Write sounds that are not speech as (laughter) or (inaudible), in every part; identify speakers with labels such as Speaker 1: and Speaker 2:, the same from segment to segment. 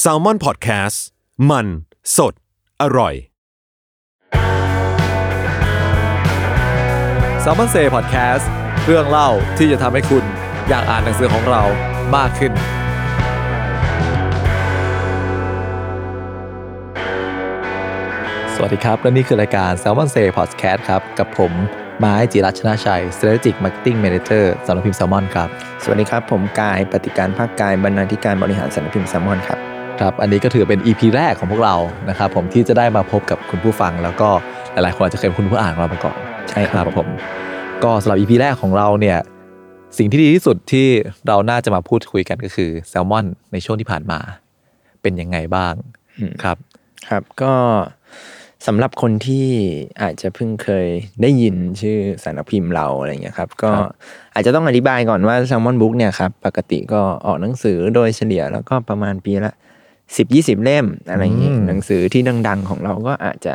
Speaker 1: แซลมอนพอดแคสต์มันสดอร่อย
Speaker 2: s ซ m ม n นเซ่พอดแคสต์เรื่องเล่าที่จะทำให้คุณอยากอ่านหนังสือของเรามากขึ้น สวัสดีครับ และนี่คือรายการ s ซ l m o n Say Podcast ครับ กับผมไม้จิรัชนาชัย Strategic Marketing Manager สำนักพิมพ์ Salmon ครับ
Speaker 3: สวัสดีครับ ผมกายปฏิการภาคกายบรรณาธิการบริหารสำนักพิมพ์แซมมอนครับ
Speaker 2: ครับ อันนี้ก็ถือเป็น EP แรกของพวกเรานะครับผมที่จะได้มาพบกับคุณผู้ฟัง แล้วก็หลายๆคนอาจจะเคยเป็นคุณผู้อ่านของเรามาก่อน
Speaker 3: ใช่ครับผม
Speaker 2: ก็สำหรับ EP แรกของเราเนี่ยสิ่งที่ดีที่สุดที่เราน่าจะมาพูดคุยกันก็คือแซลมอนในช่วงที่ผ่านมา เป็นยังไงบ้างครับ
Speaker 3: ครับ ก็สำหรับคนที่อาจจะเพิ่งเคยได้ยินชื่อสารพิมพ์เราอะไรเงี้ยครับ ก็อาจจะต้องอธิบายก่อนว่าแซมมอนบุ๊กเนี่ยครับ ปกติก็ออกหนังสือโดยเฉลี่ยแล้วก็ประมาณปีละสิบยี่สิบเล่มอะไรอย่างงี้หนังสือที่ดัง ๆ ของเราก็อาจจะ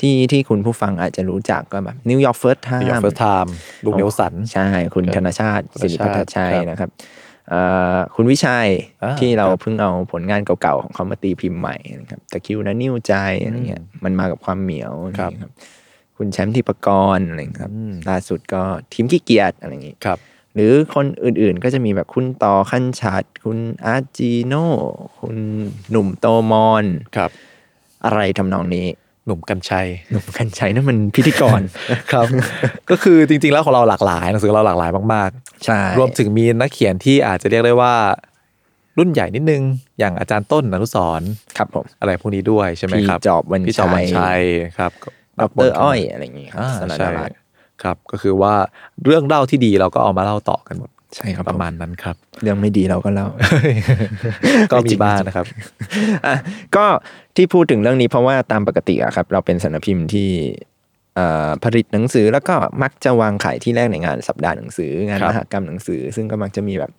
Speaker 3: ที่ที่คุณผู้ฟังอาจจะรู้จักก็แบบนิวยอร์กเฟิร์สไท
Speaker 2: ยอม
Speaker 3: ม์
Speaker 2: เฟิร์สไทม์ลูกเนลสัน
Speaker 3: ใช่ คุณ
Speaker 2: ครับ
Speaker 3: ธนชาติ
Speaker 2: ธนชาติ
Speaker 3: สิริพัฒน์ชัย
Speaker 2: ครับ
Speaker 3: นะครับเอ่อคุณวิชัย
Speaker 2: อ่า
Speaker 3: ที่เรา
Speaker 2: ครับ
Speaker 3: เพิ่งเอาผลงานเก่าๆ ของเขามาตีพิมพ์ใหม่นะครับตะคริวนะนิ้วใจอะไรเงี้ยมันมากับความเหมียว
Speaker 2: ครับ
Speaker 3: นะคุณแชมป์ทิปกรอะไรเงี้ยครับล่าสุดก็ทีมขี้เกียจอะไรอย่างงี้
Speaker 2: ครับ
Speaker 3: หรือคนอื่นๆก็จะมีแบบคุณต่อขั้นชัด คุณอาร์ตจีโน่คุณหนุ่มโตมอน
Speaker 2: ครับ
Speaker 3: อะไรทำนองนี้
Speaker 2: หนุ่มกัญชัย (laughs)
Speaker 3: หนุ่มกันชัยนั่นมันพิธีกร
Speaker 2: ครับ ก็คือจริงๆแล้วของเราหลากหลายหนังสือเราหลากหลายมาก
Speaker 3: ใช่
Speaker 2: ๆ รวมถึงมีนักเขียนที่อาจจะเรียกได้ว่า รุ่นใหญ่นิดนึง อย่างอาจารย์ต้นอนุสรณ์
Speaker 3: ครับผม
Speaker 2: อะไรพวกนี้ด้วยใช่ไหมครับ
Speaker 3: พี่จอบวรรณชัย
Speaker 2: พี่จอบวันชัยครับ
Speaker 3: ดอกเตอร์อ้อยอะไรอย่างงี้ครับ
Speaker 2: อ่า
Speaker 3: สน
Speaker 2: ใช่
Speaker 3: รัตน์
Speaker 2: ครับก็คือว่าเรื่องเล่าที่ดีเราก็เอามาเล่าต่อกันหมด
Speaker 3: ใช่ครับ
Speaker 2: ประ
Speaker 3: ผม
Speaker 2: มาณนั้นครับ
Speaker 3: เรื่องไม่ดีเราก็เล่า
Speaker 2: ก็มีบ้างนะครับ
Speaker 3: อ่ะ (laughs) ก็ที่พูดถึงเรื่องนี้เพราะว่าตามปกติอะครับ เราเป็นสำนักพิมพ์ที่เอ่อผลิตหนังสือแล้วก็มักจะวางขายที่แรกในงานสัปดาห์หนังสืองาน
Speaker 2: ครับ
Speaker 3: มหกรรมหนังสือ ซึ่งก็มักจะมีแบบ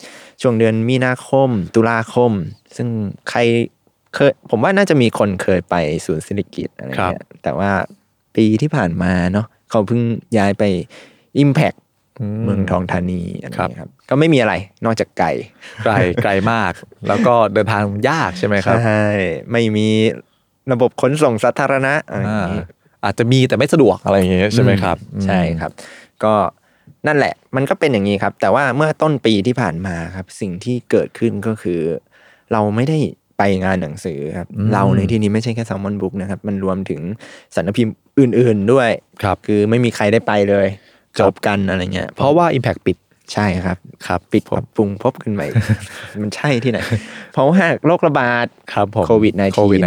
Speaker 3: ช่วงเดือนมีนาคม ตุลาคม ซึ่งใครเคยผมว่าน่าจะมีคนเคยไปศูนย์เศรษฐกิจอะไรเงี้ยแต่ว่าปีที่ผ่านมาเนาะเขาเพิ่งย้ายไป Impact
Speaker 2: ม
Speaker 3: เมืองทองธานีอะไร
Speaker 2: ครับ
Speaker 3: เงี้ยครับก็ไม่มีอะไรนอกจากไก่
Speaker 2: ไกลไกลมาก แล้วก็เดินทางยากใช่ไหมครับ
Speaker 3: ใช่ ไม่มีระบบขนส่งสาธารณะอะไรอย่างนี้
Speaker 2: อ่าอาจจะมีแต่ไม่สะดวกอะไรอย่างเงี้ยใช่ไหมครับ
Speaker 3: อืมใช่
Speaker 2: อืม
Speaker 3: ครับ ก็นั่นแหละ มันก็เป็นอย่างนี้ครับ แต่ว่าเมื่อต้นปีที่ผ่านมาครับ สิ่งที่เกิดขึ้นก็คือ เราไม่ได้ไปงานหนังสือครับ
Speaker 2: อืม
Speaker 3: เราในที่นี้ไม่ใช่แค่แซลมอนบุ๊กนะครับ มันรวมถึงสารพิมพ์อื่น ๆด้วย
Speaker 2: ครับ
Speaker 3: คือไม่มีใครได้ไปเลย
Speaker 2: ค
Speaker 3: จ
Speaker 2: รับ
Speaker 3: บกันอะไรเงี้ย
Speaker 2: เพราะว่า Impact ปิด
Speaker 3: ใช่ครับ
Speaker 2: ครับ
Speaker 3: ปิด
Speaker 2: ผม
Speaker 3: ปรับปรุงพบ
Speaker 2: (laughs)
Speaker 3: ขึ้นใหม่ มันใช่ที่ไหน เพราะว่าโรคระบาด
Speaker 2: ครับผม
Speaker 3: COVID-19
Speaker 2: โควิด19อ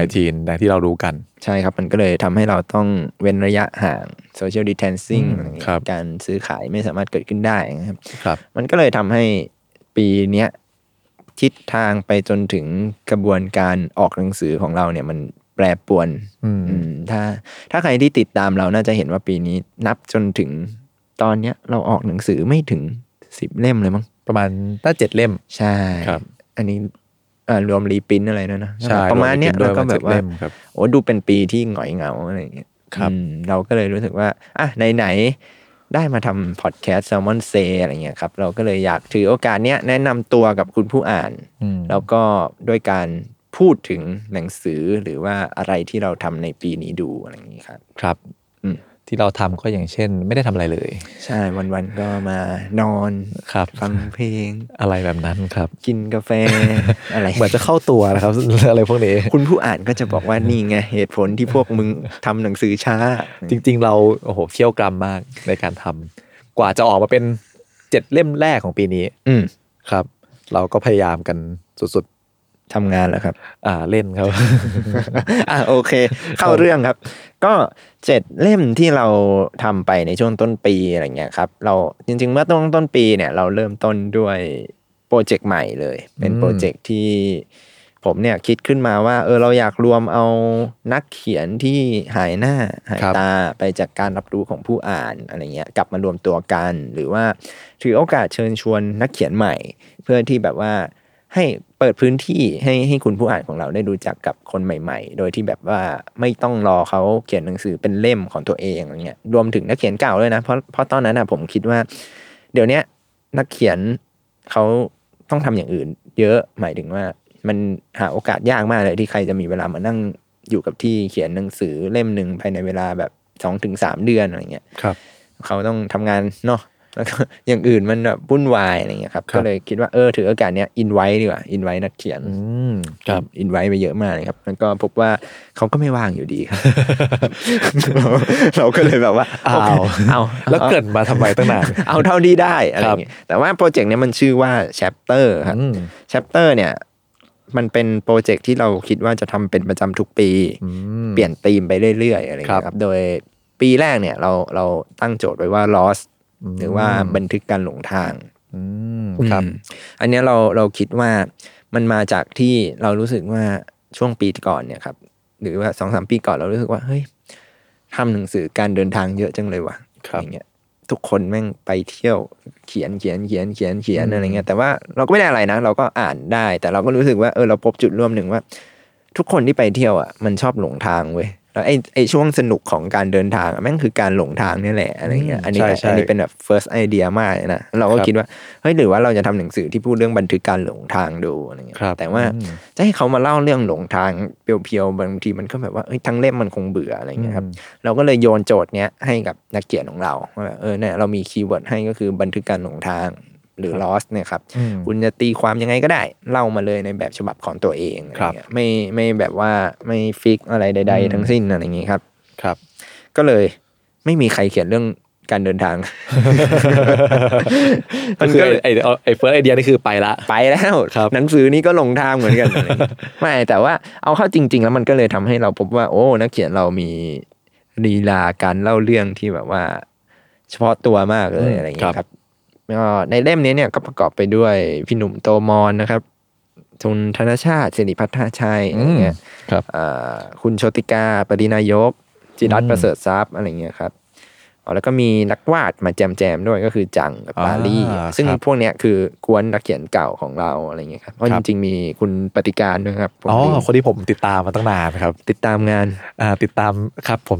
Speaker 2: ย่างที่เรารู้กัน
Speaker 3: ใช่ครับ มันก็เลยทำให้เราต้องเว้นระยะห่าง social distancing
Speaker 2: อืม
Speaker 3: อะไรอย่างเงี้ย
Speaker 2: ครับ
Speaker 3: การซื้อขายไม่สามารถเกิดขึ้นได้นะครับ
Speaker 2: ครับ
Speaker 3: มันก็เลยทำให้ปีเนี้ยทิศทางไปจนถึงกระบวนการออกหนังสือของเราเนี่ยมันแปรปรวน
Speaker 2: อืม
Speaker 3: อืมถ้าถ้าใครที่ติดตามเราน่าจะเห็นว่าปีนี้นับจนถึงตอนเนี้ยเราออกหนังสือไม่ถึงสิบเล่มเลยมั้ง
Speaker 2: ประมาณน่าเจ็ดเล่ม
Speaker 3: ใช่
Speaker 2: ครับ
Speaker 3: อันนี้เอ่อรวมรีปรินท์อะไรด้วยนะ
Speaker 2: ใช่
Speaker 3: ประมาณเนี้ย
Speaker 2: รวมรีปรินท์ด้ยวประ
Speaker 3: แล้วก็แบบ
Speaker 2: มาณเจ็ดเล่ม
Speaker 3: ว่า
Speaker 2: ครับ
Speaker 3: โอ้ดูเป็นปีที่หงอยเหงาอะไรอย่างเงี้ย
Speaker 2: ครับ
Speaker 3: อืมเราก็เลยรู้สึกว่าอ่ะไหนๆได้มาทำพอดแคสต์แซลมอนเซอะไรเงี้ยครับ เราก็เลยอยากถือโอกาสเนี้ยแนะนำตัวกับคุณผู้อ่าน
Speaker 2: อืม
Speaker 3: แล้วก็ด้วยการพูดถึงหนังสือหรือว่าอะไรที่เราทำในปีนี้ดูอะไรอย่างงี้ครับ
Speaker 2: ครับ
Speaker 3: อืม
Speaker 2: ที่เราทำก็อย่างเช่น ไม่ได้ทำอะไรเลย
Speaker 3: ใช่วันๆก็มานอน
Speaker 2: ครับ
Speaker 3: ฟังเพลง
Speaker 2: อะไรแบบนั้นครับ
Speaker 3: กินกาแฟ อะไร
Speaker 2: เหมือนจะเข้าตัวนะครับ อะไรพวกนี้
Speaker 3: คุณผู้อ่านก็จะบอกว่านี่ไงเหตุผลที่พวกมึงทำหนังสือช้า
Speaker 2: จริงๆ เราโอ้โหเขี่ยวกรามมากในการทำกว่าจะออกมาเป็นเจ็ดเล่มแรกของปีนี้
Speaker 3: อืม
Speaker 2: ครับ เราก็พยายามกันสุด
Speaker 3: ทำงานแล้วครับ
Speaker 2: ๆ อ่าเล่นครับ
Speaker 3: อ่ะโอเค เข้าเรื่องครับ ก็เจ็ดเล่มที่เราทำไปในช่วงต้นปีอะไรเงี้ยครับ เราจริง ๆ เมื่อต้นต้นปีเนี่ยเราเริ่มต้นด้วยโปรเจกต์ใหม่เลย เป็น
Speaker 2: อืม
Speaker 3: โปรเจกต์ที่ผมเนี่ยคิดขึ้นมาว่า เออเราอยากรวมเอานักเขียนที่หายหน้าหายตาไปจากการรับรู้ของผู้อ่านอะไรเงี้ยกลับมารวมตัวกัน หรือว่าถือโอกาสเชิญชวนนักเขียนใหม่ เพื่อที่แบบว่า ให้เปิดพื้นที่ให้ให้คุณผู้อ่านของเราได้รู้จักกับคนใหม่ ๆ โดยที่แบบว่าไม่ต้องรอเขาเขียนหนังสือเป็นเล่มของตัวเองอะไรเงี้ยรวมถึงนักเขียนเก่าด้วยนะเพราะเพราะตอนนั้นนะผมคิดว่า เดี๋ยวเนี้ยนักเขียนเขาต้องทำอย่างอื่น เยอะหมายถึงว่า มันหาโอกาสยากมากเลยที่ใครจะมีเวลามานั่งอยู่กับที่เขียนหนังสือเล่มหนึ่งภายในเวลาแบบสองถึงสามเดือนอะไรเงี้ย
Speaker 4: ครับ
Speaker 3: เขาต้องทำงานเนาะแล้วก็ อย่างอื่นมันแบบวุ่นวายอะไรเงี้ยครับ
Speaker 4: ครับ
Speaker 3: ก็เลยคิดว่าเออถือโอกาสเนี้ยอินไว้ดีกว่าอินไว้นักเขียน
Speaker 2: อืม
Speaker 4: ครับ
Speaker 3: อินไว้ไปเยอะมากเลยครับแล้วก็พบว่าเขาก็ไม่ว่างอยู่ดี
Speaker 4: (laughs)
Speaker 3: ครับ เราเราก็เลยแบบว่า
Speaker 2: อ้าว
Speaker 3: โคเอา
Speaker 2: แล้วเกริดมาทำไมตั้งนาน
Speaker 3: เอาเท่าที่ได้อะไรเงี้ยแต่ว่าโปรเจกต์เนี้ยมันชื่อว่า chapter ครับ
Speaker 2: อืม
Speaker 3: chapter เนี่ยมันเป็นโปรเจกต์ที่เราคิดว่าจะทำเป็นประจำทุกปี
Speaker 2: อืม
Speaker 3: เปลี่ยนธีมไปเรื่อย ๆ อะไรอย่างเงี้
Speaker 2: ค
Speaker 3: ยครับ รับ โดยปีแรกเนี่ยเราเราตั้งโจทย์ไว้ว่า lost หรือว่าบันทึกการหลงทาง
Speaker 2: อืมครับ
Speaker 3: อืมอันเนี้ยเราเราคิดว่ามันมาจากที่เรารู้สึกว่าช่วงปีก่อนเนี่ยครับ หรือว่าสองสามปีก่อนเรารู้สึกว่าเฮ้ยทำหนังสือการเดินทางเยอะจังเลยว่ะ
Speaker 4: ครับ
Speaker 3: อย่างเงี้ยทุกคนแม่งไปเที่ยวเขียนเขียนเขียนเขียนเขียนอะไรเงี้ยแต่ว่าเราก็ไม่ได้อะไรนะ เราก็อ่านได้ แต่เราก็รู้สึกว่าเออเราพบจุดร่วมหนึ่งว่า ทุกคนที่ไปเที่ยวอ่ะมันชอบหลงทางเว้ยแล้วไอ้ไอ้ช่วงสนุกของการเดินทางอะแม่งคือการหลงทางเนี่ยแหละอะไรเงี้ย
Speaker 4: อืม
Speaker 3: อันนี้
Speaker 4: ใช่
Speaker 3: แบบ
Speaker 4: ใช่
Speaker 3: อันนี้เป็นแบบ first idea มากเลยนะเราก็
Speaker 4: ครับ
Speaker 3: คิดว่าเฮ้ยหรือว่าเราจะทำหนังสือที่พูดเรื่องบันทึกการหลงทางดูอะไรเงี้ย
Speaker 4: ครับ
Speaker 3: แต่ว่าจะให้เขามาเล่าเรื่องหลงทางเพียวๆบางทีมันก็แบบว่าเอ้ยทั้งเล่มมันคงเบื่ออะไรเงี้ยครับเราก็เลยโยนโจทย์เนี้ยให้กับนักเขียนของเราว่าแบบเออเนี่ยเรามีคีย์เวิร์ดให้ก็คือบันทึกการหลงทางหรือ lost เนี่ยครับ
Speaker 2: อืม
Speaker 3: คุณจะตีความยังไงก็ได้ เล่ามาเลยในแบบฉบับของตัวเองอะ
Speaker 4: ค
Speaker 3: ไร
Speaker 4: รับ
Speaker 3: เงี้ยไม่ไม่แบบว่าไม่ฟิกอะไรใด
Speaker 4: อืม
Speaker 3: ๆ ทั้งสิ้นอะไรอย่างงี้ครับ
Speaker 4: ครับ
Speaker 3: ก็เลยไม่มีใครเขียนเรื่องการเดินทาง
Speaker 2: (laughs)
Speaker 4: ก็คือไอไอ้ไอ้เฟิร์สไอเดียนี่คือไปละ
Speaker 3: ไปแล้ว
Speaker 4: ครับ
Speaker 3: หนังสือนี้ก็ลงทางเห
Speaker 4: (laughs)
Speaker 3: มือนกัน ไม่แต่ว่าเอาเข้าจริง ๆ แล้วมันก็เลยทำให้เราพบว่า โอ้นักเขียนเรามีลีลาการเล่าเรื่องที่แบบว่า เฉพาะตัวมากเลย
Speaker 2: อืม
Speaker 3: อะไรอย่างเงี้ยครับก็ในเล่มนี้เนี่ยก็ประกอบไปด้วยพี่หนุ่มโตมอนนะครับทุนธนชาติสิริพัฒนาชัยอะไรเงี้ย
Speaker 4: ครับ
Speaker 3: เอ่อคุณโชติกาปรินายก จิรัตน์ประเสริฐทรัพย์อะไรเงี้ยครับอ๋อแล้วก็มีนักวาดมาแจมแจมๆด้วยก็คือจังกับปาลี
Speaker 4: อ่า
Speaker 3: ซึ่ง
Speaker 4: ครับ
Speaker 3: พวกเนี้ยคือกวนนักเขียนเก่าของเราอะไรเงี้ยครับเพราะ
Speaker 4: ครั
Speaker 3: จ
Speaker 4: บ
Speaker 3: ริงๆมีคุณปฏิการด้วยครับผม
Speaker 2: อ๋อ
Speaker 3: ลืม
Speaker 2: คนที่ผมติดตามมาตั้งนานครับ
Speaker 3: ติดตามงาน
Speaker 2: อ่าติดตามครับผม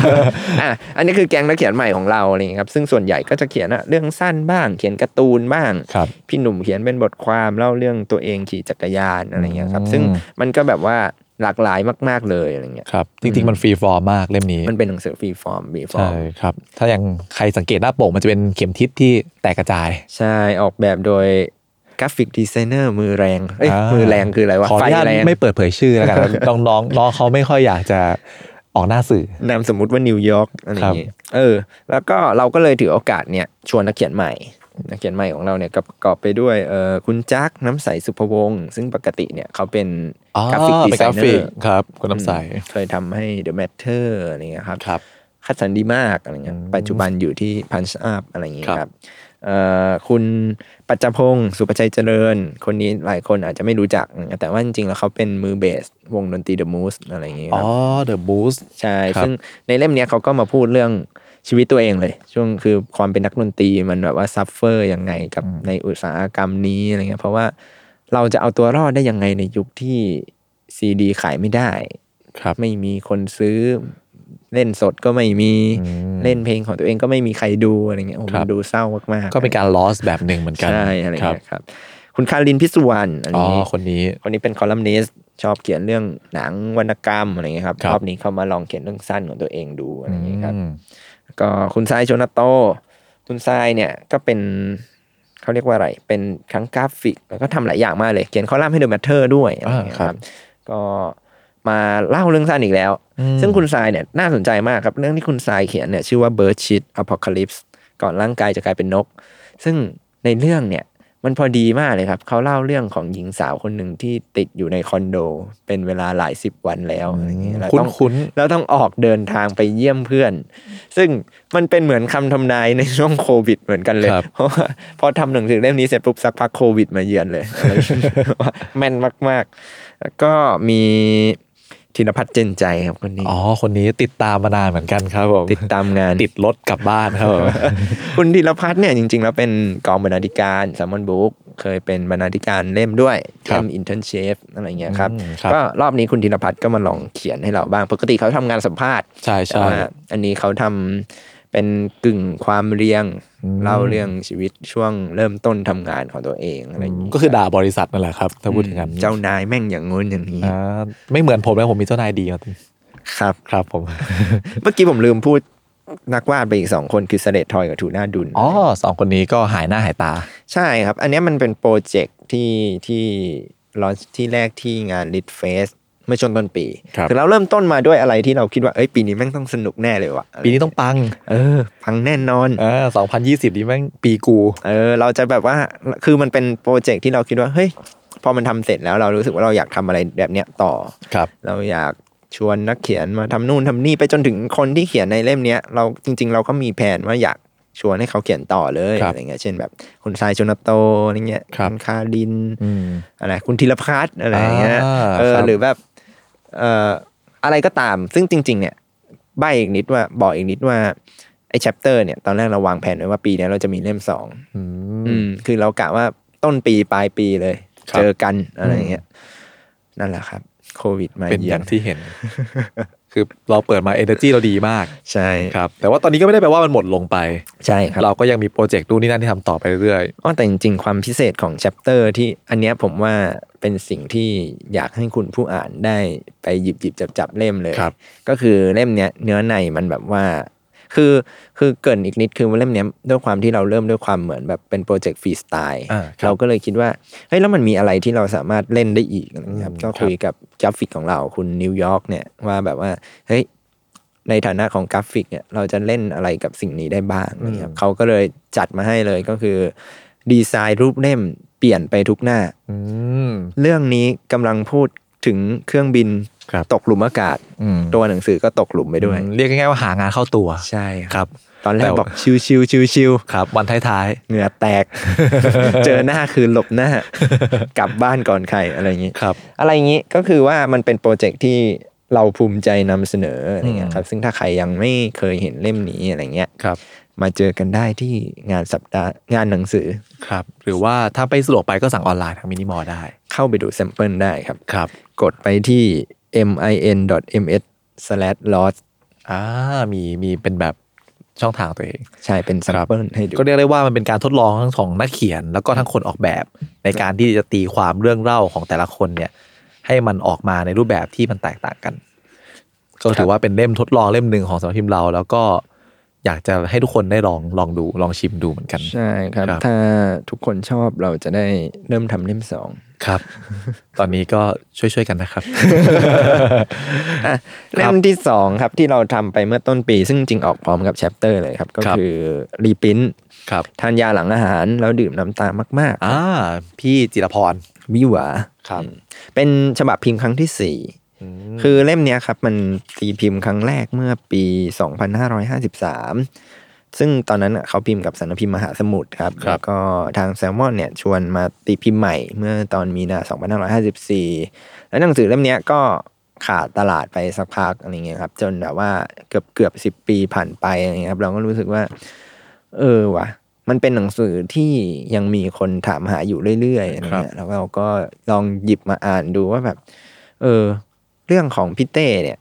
Speaker 3: (laughs) อ่ะอันนี้คือแก๊งนักเขียนใหม่ของเราอะไรเงี้ยครับ ซึ่งส่วนใหญ่ก็จะเขียนอะเรื่องสั้นบ้าง เขียนการ์ตูนบ้าง
Speaker 2: (laughs) ครับ
Speaker 3: พี่หนุ่มเขียนเป็นบทความเล่าเรื่องตัวเองขี่จักรยานอะไรเงี้ยครับ
Speaker 2: อืม
Speaker 3: ซึ่งมันก็แบบว่าหลากหลายมาก ๆเลยอะไรเงี้ย
Speaker 2: ครับ จริง ๆ มันฟรีฟอร์มมากเล่มนี้
Speaker 3: มันเป็นหนังสือฟรีฟอร์มบีฟอ
Speaker 2: ใช่
Speaker 3: ร์ม
Speaker 2: ครับ ถ้าอย่างใครสังเกตหน้าปกมันจะเป็นเข็มทิศที่แตกกระจาย
Speaker 3: ใช่ ออกแบบโดยกราฟิกดีไซเนอร์มือแรงเอ้ย
Speaker 2: อ่า
Speaker 3: มือแรงคืออะไรวะ
Speaker 2: ขออ
Speaker 3: ไฟ
Speaker 2: นุญาต
Speaker 3: แรง
Speaker 2: ไม่เปิดเผยชื่อ (laughs) แล้วกัน น้องน้องน้องเขาไม่ค่อยอยากจะออกหน้าสื่อ
Speaker 3: นามสมมุติว่านิวยอร์กอะไรอย่างงี้เออ แล้วก็เราก็เลยถือโอกาสเนี่ย ชวนนักเขียนใหม่ นักเขียนใหม่ของเราเนี่ยก็ประกอบไปด้วยเออคุณจักรน้ำใสสุภวงศ์ซึ่งปกติเนี่ยเขาเป็น
Speaker 2: อ๋อก
Speaker 3: ราฟิกดี
Speaker 2: เป็น
Speaker 3: ไซ
Speaker 2: กรา
Speaker 3: เนอ
Speaker 2: ฟิก
Speaker 3: ร์
Speaker 2: ครับคุณน้ำใส
Speaker 3: เคยทำให้ The Matter อะไรเงี้ยครับ
Speaker 2: ครับ
Speaker 3: คัดสรรดีมากอะไรเงี้ยปัจจุบันอยู่ที่พัน c h อัพอะไรอย่างเงี้ย
Speaker 4: ครับ
Speaker 3: ครับเอ่อคุณปัจจพงศ์สุประชัยเจริญ คนนี้หลายคนอาจจะไม่รู้จักนะแต่ว่าจริงๆ แล้วเขาเป็นมือเบส วงดนตรีเดอะมูสอะไรอย่างเงี้ย
Speaker 2: อ๋
Speaker 3: ค
Speaker 2: อ
Speaker 3: รับ
Speaker 2: The Boost
Speaker 3: ใช่
Speaker 2: ครับ
Speaker 3: ซึ่งในเล่มเนี้ยเขาก็มาพูดเรื่องชีวิตตัวเองเลย ช่วงคือความเป็นนักดนตรีมันแบบว่าซัฟเฟอร์ยังไงกับในอุตสาหกรรมนี้อะไรเงี้ยเพราะว่าเราจะเอาตัวรอดได้ยังไงในยุคที่ซีดีขายไม่ได้
Speaker 2: ครับ
Speaker 3: ไม่มีคนซื้อ เล่นสดก็ไม่มี
Speaker 2: อืม
Speaker 3: เล่นเพลงของตัวเองก็ไม่มีใครดูอะไรเงี้ยโอ้
Speaker 2: ครั
Speaker 3: มั
Speaker 2: บ
Speaker 3: นดูเศร้ามากๆ
Speaker 2: ก็เป็นการ loss แบบหนึ่งเหมือนกัน
Speaker 3: ใช่อะไร
Speaker 2: ครับ
Speaker 3: เงี้ยครับ คุณคารินพิสุวรรณอะไร
Speaker 2: อ๋อ
Speaker 3: นี้
Speaker 2: คนนี้
Speaker 3: คนนี้เป็นคอลัมนิสต์ชอบเขียนเรื่องหนังวรรณกรรมอะไรเงี้ยครับ
Speaker 2: ครับ
Speaker 3: รอบนี้เขามาลองเขียนเรื่องสั้นของตัวเองดูอะไรเงี้ยครับ
Speaker 2: อืม
Speaker 3: ก็คุณทรายโชนาโต คุณทรายเนี่ยก็เป็นเขาเรียกว่าอะไร เป็นทั้งกราฟิก แล้วก็ทำหลายอย่างมากเลย เขียนคอลัมน์ให้เดอะแมทเทอร์ด้วยอะไรอย่างเงี้ย
Speaker 2: อ่า
Speaker 3: ครับ ก็มาเล่าเรื่องสั้นอีกแล้ว
Speaker 2: อืม
Speaker 3: ซึ่งคุณทรายเนี่ยน่าสนใจมากครับ เรื่องที่คุณทรายเขียนเนี่ยชื่อว่า Bird Shit Apocalypse ก่อนร่างกายจะกลายเป็นนก ซึ่งในเรื่องเนี่ยมันพอดีมากเลยครับ เขาเล่าเรื่องของหญิงสาวคนหนึ่งที่ติดอยู่ในคอนโด เป็นเวลาหลายสิบวันแล้วอะไรอย่างเงี้ยแล้ว
Speaker 2: คุ้น
Speaker 3: ต้อง
Speaker 2: คุ้น
Speaker 3: แล้วต้องออกเดินทางไปเยี่ยมเพื่อน ซึ่งมันเป็นเหมือนคำทำนายในช่วงโควิดเหมือนกันเลย เพราะว่าพอทำหนังสือเล่มนี้เสร็จปุ๊บสักพักโควิดมาเยือน (laughs) เลย ว่าแม่นมากๆแล้วก็มีธินพัฒน์เจนใจครับคนนี้
Speaker 2: ๆอ๋อ คนนี้ติดตามมานานเหมือนกันครับผม
Speaker 3: ติดตามงาน
Speaker 2: ติดรถกลับบ้านครับผม
Speaker 3: คุณธีรพัฒน์เนี่ยจริงๆ แล้วเป็นกองบรรณาธิการสามอนบุ๊กเคยเป็นบรรณาธิการเล่มด้วย
Speaker 2: ครั
Speaker 3: เล่
Speaker 2: บ
Speaker 3: มอินเทอร์เชฟอะไรเงี้ยครับ
Speaker 2: อืมครับ
Speaker 3: ก็รอบนี้คุณธีรพัฒน์ก็มาลองเขียนให้เราบ้าง ปกติเขาทำงานสัมภาษณ์
Speaker 2: ใช่
Speaker 3: แต่
Speaker 2: ใช่
Speaker 3: ว่าอันนี้เขาทำ เป็นกึ่งความเรียง
Speaker 2: อืม
Speaker 3: เล่าเรื่องชีวิตช่วงเริ่มต้นทำงานของตัวเองอะไรอย่างนี้
Speaker 4: ก็คือด่าบริษัทนั่นแหละครับ ถ้าพูดถึงกัน
Speaker 3: เจ้านายแม่งอย่างงู้นอย่างนี้
Speaker 2: อ่าไม่เหมือนผมนะผมมีเจ้านายดีครับ
Speaker 3: ครับ
Speaker 2: ครับผม
Speaker 3: เมื่อกี้ผมลืมพูดนักวาดไปอีกสองคนคือเสด็จทอยกับทูน่าดุล
Speaker 2: อ๋อสองคนนี้ก็หายหน้าหายตา
Speaker 3: ใช่ครับ อันเนี้ยมันเป็นโปรเจกต์ที่ที่ลอนที่แรกที่งานลิทเฟสเมื่อช่วงต้นปี
Speaker 4: ครับ
Speaker 3: อเราเริ่มต้นมาด้วยอะไรที่เราคิดว่าเอ้ยปีนี้แม่งต้องสนุกแน่เลยว่ะ
Speaker 2: ปีนี้ต้องปัง
Speaker 3: เออพังแน่นอน
Speaker 2: เออสองพันยี่สิบนี่แม่งปีกู
Speaker 3: เออเราจะแบบว่าคือมันเป็นโปรเจกต์ที่เราคิดว่าเฮ้ยพอมันทำเสร็จแล้วเรารู้สึกว่าเราอยากทำอะไรแบบเนี้ยต่อ
Speaker 4: ครับ
Speaker 3: เราอยากชวนนักเขียนมาทำนู่นทำนี่ไปจนถึงคนที่เขียนในเล่มเนี้ยเราจริง ๆ เราก็มีแผนว่าอยากชวนให้เขาเขียนต่อเลย
Speaker 4: ครับ
Speaker 3: อะไรเงี้ยเช่นแบบคุณชายชนโตอะไรเงี้ย
Speaker 4: ครับ
Speaker 3: ณคารินอะไรคุณธีรพัฒน์อะไรอย่างเงี้ย
Speaker 4: อ่า
Speaker 3: เออ
Speaker 4: ครับ
Speaker 3: หรือแบบเอ่ออะไรก็ตาม ซึ่งจริง ๆ เนี่ยใบอีกนิดว่าบอกอีกนิดว่าไอ้แชปเตอร์เนี่ยตอนแรกเราวางแผนไว้ว่าปีเนี้ยเราจะมีเล่มสอง อืมคือเรากะว่าต้นปีปลายปีเลย
Speaker 4: ครับ
Speaker 3: เจอกันอะไรอย่างเงี้ยนั่นแหละครับ โควิดมา
Speaker 4: เป็นอ
Speaker 3: เยือน
Speaker 4: ย่างที่เห็น คือเราเปิดมา energy เราดีมาก
Speaker 3: ใช่
Speaker 4: ครับ แต่ว่าตอนนี้ก็ไม่ได้แปลว่ามันหมดลงไป
Speaker 3: ใช่ครับ
Speaker 4: เราก็ยังมีโปรเจกต์นู่นนี่นั่นที่ทำต่อไปเรื่อย
Speaker 3: อ้อแต่จริง ๆ ความพิเศษของแชปเตอร์ที่อันเนี้ยผมว่าเป็นสิ่งที่อยากให้คุณผู้อ่านได้ไปหยิบหยิบจับจับๆเล่มเลย
Speaker 4: ๆครับ
Speaker 3: ก็คือเล่มเนี้ยเนื้อในมันแบบว่า คือคือเกรินอีกนิดคือเล่มเนี้ยด้วยความที่เราเริ่มด้วยความเหมือนแบบเป็นโปรเจกต์ฟรีสไตล์
Speaker 4: อ่าครับ
Speaker 3: เราก็เลยคิดว่าเฮ้ยแล้วมันมีอะไรที่เราสามารถเล่นได้อีกอะไรเงี้ยครับ
Speaker 4: อืม
Speaker 3: ก็คุยกับกราฟิกของเราคุณนิวยอร์กเนี่ยว่าแบบว่าเฮ้ยในฐานะของกราฟิกเนี่ยเราจะเล่นอะไรกับสิ่งนี้ได้บ้างอะไรเงี้ยครับเขาก็เลยจัดมาให้เลยก็คือดีไซน์รูปเล่มเปลี่ยนไปทุกหน้า
Speaker 2: อืม
Speaker 3: เรื่องนี้กำลังพูดถึงเครื่องบิน
Speaker 4: ครับ
Speaker 3: ตกหลุมอากาศ
Speaker 2: อืม
Speaker 3: ตัวหนังสือก็ตกหลุมไปด้วย
Speaker 2: เรียกง่ายๆว่าหางานเข้าตัว
Speaker 3: ใช่ค
Speaker 2: ครับ รับ
Speaker 3: ตอนแรก
Speaker 2: แต่
Speaker 3: บอกชิวชิวชิวชิว
Speaker 2: ครับวันท้าย
Speaker 3: ๆเหงื่อแตก เจอหน้าคือหลบหน้า กลับบ้านก่อนใครอะไรอย่างนี้
Speaker 2: ๆครับ
Speaker 3: อะไรอย่างนี้ก็คือว่ามันเป็นโปรเจกต์ที่เราภูมิใจนำเสนออะไรเงี้ยครับ ซึ่งถ้าใครยังไม่เคยเห็นเล่มนี้อะไรเงี้ย
Speaker 4: ครับ
Speaker 3: มาเจอกันได้ที่งานสัปดาห์งานหนังสือ
Speaker 2: ครับ หรือว่าถ้าไปสะดวกไปก็สั่งออนไลน์ทางมินิมอลได้
Speaker 3: เข้าไปดูแซมเปิลได้ครับ
Speaker 2: ครับ
Speaker 3: กดไปที่ min.ms/loss
Speaker 2: อ่า มีมีเป็นแบบช่องทางตัวเอง
Speaker 3: ใช่เป็นแซมเปิลให้ดู
Speaker 2: ก็เรียกได้ว่ามันเป็นการทดลองทั้งของนักเขียน แล้วก็ทั้งคนออกแบบ ในการที่จะตีความเรื่องเล่าของแต่ละคนเนี่ย ให้มันออกมาในรูปแบบที่มันแตกต่างกัน ก็ถือว่าเป็นเล่มทดลองเล่มหนึ่งของสำนักพิมพ์เรา แล้วก็อยากจะให้ทุกคนได้ลองลองดูลองชิมดูเหมือนกัน
Speaker 3: ใช่ครับ
Speaker 2: ครับ
Speaker 3: ถ้าทุกคนชอบเราจะได้เริ่มทำเล่มสอง
Speaker 2: ครับ ตอนนี้ก็ช่วยๆกันนะครับ
Speaker 3: อ่ะเล่มที่สองครับที่เราทำไปเมื่อต้นปี ซึ่งจริงออกพร้อมกับแชปเตอร์เลยครับ ก็
Speaker 2: ครับ
Speaker 3: คือรีพิ้น
Speaker 2: ครับ
Speaker 3: ทานยาหลังอาหาร แล้วดื่มน้ำตามาก
Speaker 2: อ่า พี่จิรพร
Speaker 3: ๆ วิหวา
Speaker 2: ครับ
Speaker 3: อืมเป็นฉบับพิมพ์ครั้งที่สี่คือเล่มเนี้ยครับ มันตีพิมพ์ครั้งแรกเมื่อปี 2553 ซึ่งตอนนั้นน่ะเขาพิมพ์กับสำนักพิมพ์มหาสมุทรครับ
Speaker 4: ครับ
Speaker 3: แล้วก็ทางแซลมอนเนี่ยชวนมาตีพิมพ์ใหม่เมื่อตอนมีนา 2554 แล้วหนังสือเล่มเนี้ยก็ขาดตลาดไปสักพักอะไรเงี้ยครับ จนแบบว่าเกือบเกือบสิบปีผ่านไปอะไรเงี้ยครับเราก็รู้สึกว่า เออว่ะ มันเป็นหนังสือที่ยังมีคนถามหาอยู่เรื่อยๆอะไรเงี้ยแล้วเราก็ลองหยิบมาอ่านดูว่าแบบ เออ เรื่องของพี่เต้เนี่ย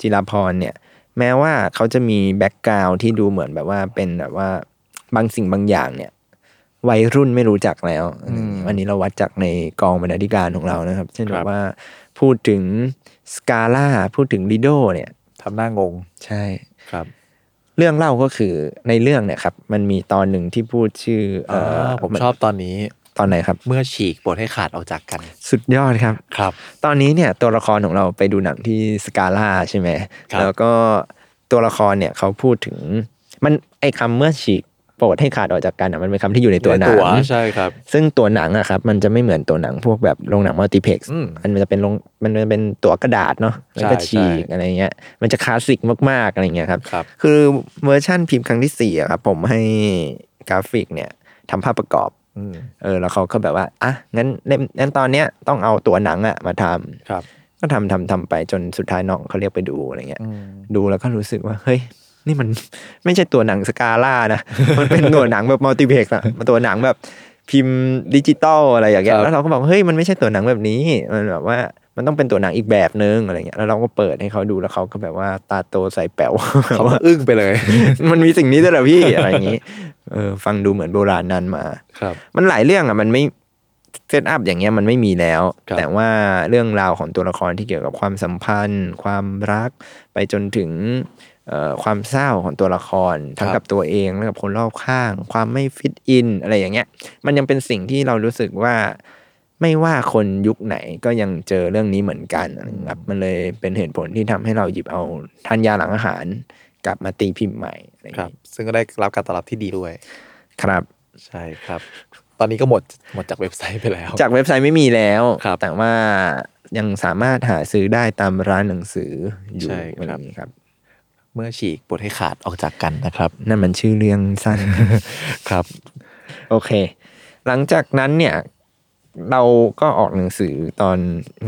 Speaker 3: จิราพรเนี่ย แม้ว่าเขาจะมีแบ็กกราวที่ดูเหมือนแบบว่าเป็นแบบว่าบางสิ่งบางอย่างเนี่ย วัยรุ่นไม่รู้จักแล้วอันนี้เราวัดจากในกองบรรณาธิการของเรานะครับ เช่นแบ
Speaker 4: ครับ บ
Speaker 3: ว่าพูดถึงสกาล่าพูดถึงลีโดเนี่ย
Speaker 4: ทำหน้างง
Speaker 3: ใช่
Speaker 4: ครับ
Speaker 3: เรื่องเล่าก็คือในเรื่องเนี่ยครับ มันมีตอนหนึ่งที่พูดชื่อเอ่อ
Speaker 2: ผมชอบตอนนี้
Speaker 3: ตอนไหนครับ
Speaker 2: เมื่อฉีกบทให้ขาดออกจากกัน
Speaker 3: สุดยอดครับ
Speaker 2: ครับ
Speaker 3: ตอนนี้เนี่ยตัวละครของเราไปดูหนังที่สกาล่าใช่ไหม
Speaker 2: ครับ
Speaker 3: แล้วก็ตัวละครเนี่ยเขาพูดถึง มันไอ้คำเมื่อฉีกโปรดให้ขาดออกจากกันอะมันเป็นคำที่อยู่ในตัวหนัง
Speaker 4: ใช่ครับ
Speaker 3: ซึ่งตัวหนังอะครับมันจะไม่เหมือนตัวหนังพวกแบบโรงหนังมัลติเพล็กซ์
Speaker 2: อืม
Speaker 3: มันจะเป็นโรงมันจะเป็นตั๋วกระดาษเนาะแล้วก็
Speaker 4: ใช่
Speaker 3: ฉีก
Speaker 4: ใช่
Speaker 3: อะไรเงี้ยมันจะคลาสสิกมากๆอะไรเงี้ยครับ
Speaker 4: ครับ
Speaker 3: คือเวอร์ชั่นพิมพ์ครั้งที่สี่อะครับผมให้กราฟิกเนี่ยทำภาพประกอบ
Speaker 4: อืม
Speaker 3: เออแล้วเขาก็แบบว่าอ่ะงั้นเล่มงั้นตอนเนี้ยต้องเอาตัวหนังอะมาทำ
Speaker 4: ครับ
Speaker 3: ก็ทำทำทำไปจนสุดท้ายน้องเขาเรียกไปดูอะไรเงี้ย ดูแล้วก็รู้สึกว่าเฮ้ยนี่มัน ไม่ใช่ตัวหนังสกาล่านะ (laughs) มันเป็นตัวหนังแบบมัลติเพล็กซ์อะตัวหนังแบบพิมพ์ดิจิตอลอะไรอย่างเงี้ย
Speaker 4: ครับ
Speaker 3: แล้วเราก็บอกเฮ้ยมันไม่ใช่ตัวหนังแบบนี้มันแบบว่า มันต้องเป็นตัวหนังอีกแบบนึงอะไรเงี้ยแล้วเราก็เปิดให้เขาดูแล้วเขาก็แบบว่าตาโตใส่แป๋ว
Speaker 2: เขาก็อึ้งไปเลย
Speaker 3: (laughs) มันมีสิ่งนี้ด้วยเหรอพี่ อะไรอย่างนี้เออฟังดูเหมือนโบราณนั้นมา
Speaker 2: ครับ
Speaker 3: มันหลายเรื่องอ่ะมันไม่เซตอัพอย่างเงี้ยมันไม่มีแล้ว
Speaker 2: ครับ
Speaker 3: แต่ว่าเรื่องราวของตัวละครที่เกี่ยวกับความสัมพันธ์ ความรัก ไปจนถึงเอ่อความเศร้าของตัวละคร ทั้งกับตัวเองและกับคนรอบข้าง ความไม่ฟิตอินอะไรอย่างเงี้ย มันยังเป็นสิ่งที่เรารู้สึกว่า ไม่ว่าคนยุคไหนก็ยังเจอเรื่องนี้เหมือนกันอะไรอย่างเงี้ยครับมันเลยเป็นเหตุผลที่ทำให้เราหยิบเอาทานยาหลังอาหาร กลับมาตีพิมพ์ใหม่อะไรอย่าง
Speaker 2: ครับ
Speaker 3: งี้
Speaker 2: ซึ่งก็ได้รับการตอบรับที่ดีด้วย
Speaker 3: ครับ
Speaker 2: ใช่ครับ ตอนนี้ก็หมดหมดจากเว็บไซต์ไปแล้ว
Speaker 3: จากเว็บไซต์ไม่มีแล้ว
Speaker 2: ครับ
Speaker 3: แต่ว่ายังสามารถหาซื้อได้ตามร้านหนังสืออยู่
Speaker 2: ใช่
Speaker 3: อะ
Speaker 2: ค
Speaker 3: ไร
Speaker 2: รั
Speaker 3: อบ ย่างนี้ครับ
Speaker 2: เมื่อฉีกบทให้ขาดออกจากกันนะครับ
Speaker 3: นั่นมันชื่อเรื่องสั้น
Speaker 2: ครับ
Speaker 3: โอเค หลังจากนั้นเนี่ย เราก็ออกหนังสือตอน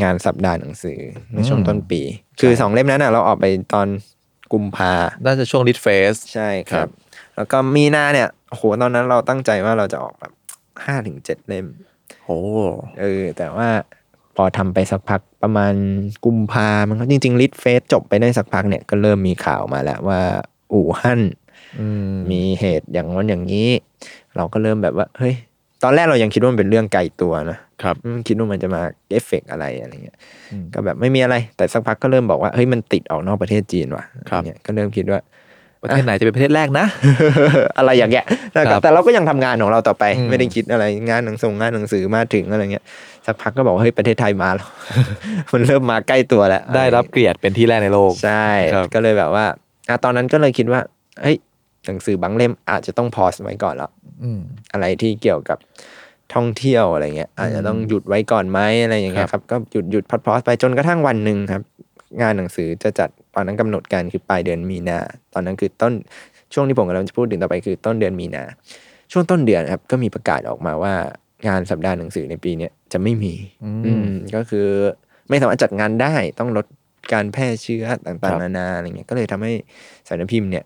Speaker 3: งานสัปดาห์หนังสือในช่วงต้นปี คือสองเล่มนั้นน่ะเราออกไปตอนกุมภา
Speaker 2: น่าจะช่วงลิทเฟส
Speaker 3: ใช่ค
Speaker 2: ครั
Speaker 3: รับ
Speaker 2: บ
Speaker 3: แล้วก็มีนาเนี่ยโอ้โหตอนนั้นเราตั้งใจว่าเราจะออกแบบห้าถึงเจ็ดเล่ม
Speaker 2: โอ้
Speaker 3: เออแต่ว่าพอทำไปสักพักประมาณกุมภามันก็จริงๆลิทเฟสจบไปได้สักพักเนี่ยก็เริ่มมีข่าวมาแล้วว่าอู่ฮั่นมีเหตุอย่างนั้นอย่างนี้ เราก็เริ่มแบบว่าเฮ้ยตอนแรกเรายังคิดว่ามันเป็นเรื่องไกลตัวนะครับ อืมคิดว่ามันจะมาเอฟเฟกต์อะไรอะไรเงี้ย
Speaker 2: อืม
Speaker 3: ก็แบบไม่มีอะไร แต่สักพักก็เริ่มบอกว่าเฮ้ยมันติดออกนอกประเทศจีนว่ะ
Speaker 2: ครับ
Speaker 3: เนี่ยก็เริ่มคิดว่า
Speaker 2: ประเทศไหนจะเป็นประเทศแรกนะ
Speaker 3: อะไรอย่างเงี้ยแต่
Speaker 2: ครับ
Speaker 3: แต่เราก็ยังทำงานของเราต่อไป
Speaker 2: อืม
Speaker 3: ไม่ได้คิดอะไรงานหนังส่งงานหนังสือมาถึงอะไรเงี้ยสักพักก็บอกว่าเฮ้ยประเทศไทยมาแล้ว (laughs) มันเริ่มมาใกล้ตัวแล้ว
Speaker 2: ได้รับเกียรติเป็นที่แรกในโลก
Speaker 3: ใช่
Speaker 2: ครับ
Speaker 3: ก็เลยแบบว่าอ่ะตอนนั้นก็เลยคิดว่าเฮ้ยหนังสือบางเล่มอาจจะต้องพอสไว้ก่อนแล้ว
Speaker 2: อืม
Speaker 3: อะไรที่เกี่ยวกับท่องเที่ยวอะไรเงี้ยอาจจะต้องหยุดไว้ก่อนไหมอะไรอย่างเงี้ยครับก็หยุดหยุดพอดพอสไปจนกระทั่งวันหนึ่งครับ งานหนังสือจะจัดตอนนั้นกำหนดการคือปลายเดือนมีนา ตอนนั้นคือต้นช่วงที่ผมกำลังจะพูดถึงต่อไปคือต้นเดือนมีนา ช่วงต้นเดือนครับก็มีประกาศออกมาว่างานสัปดาห์หนังสือในปีเนี้ยจะไม่มี
Speaker 2: อืม
Speaker 3: อืมก็คือไม่สามารถจัดงานได้ต้องลดการแพร่เชื้อ
Speaker 2: ครั
Speaker 3: ต่าง
Speaker 2: บ
Speaker 3: ๆนานาอะไรเงี้ยก็เลยทำให้สารพิมพ์เนี่ย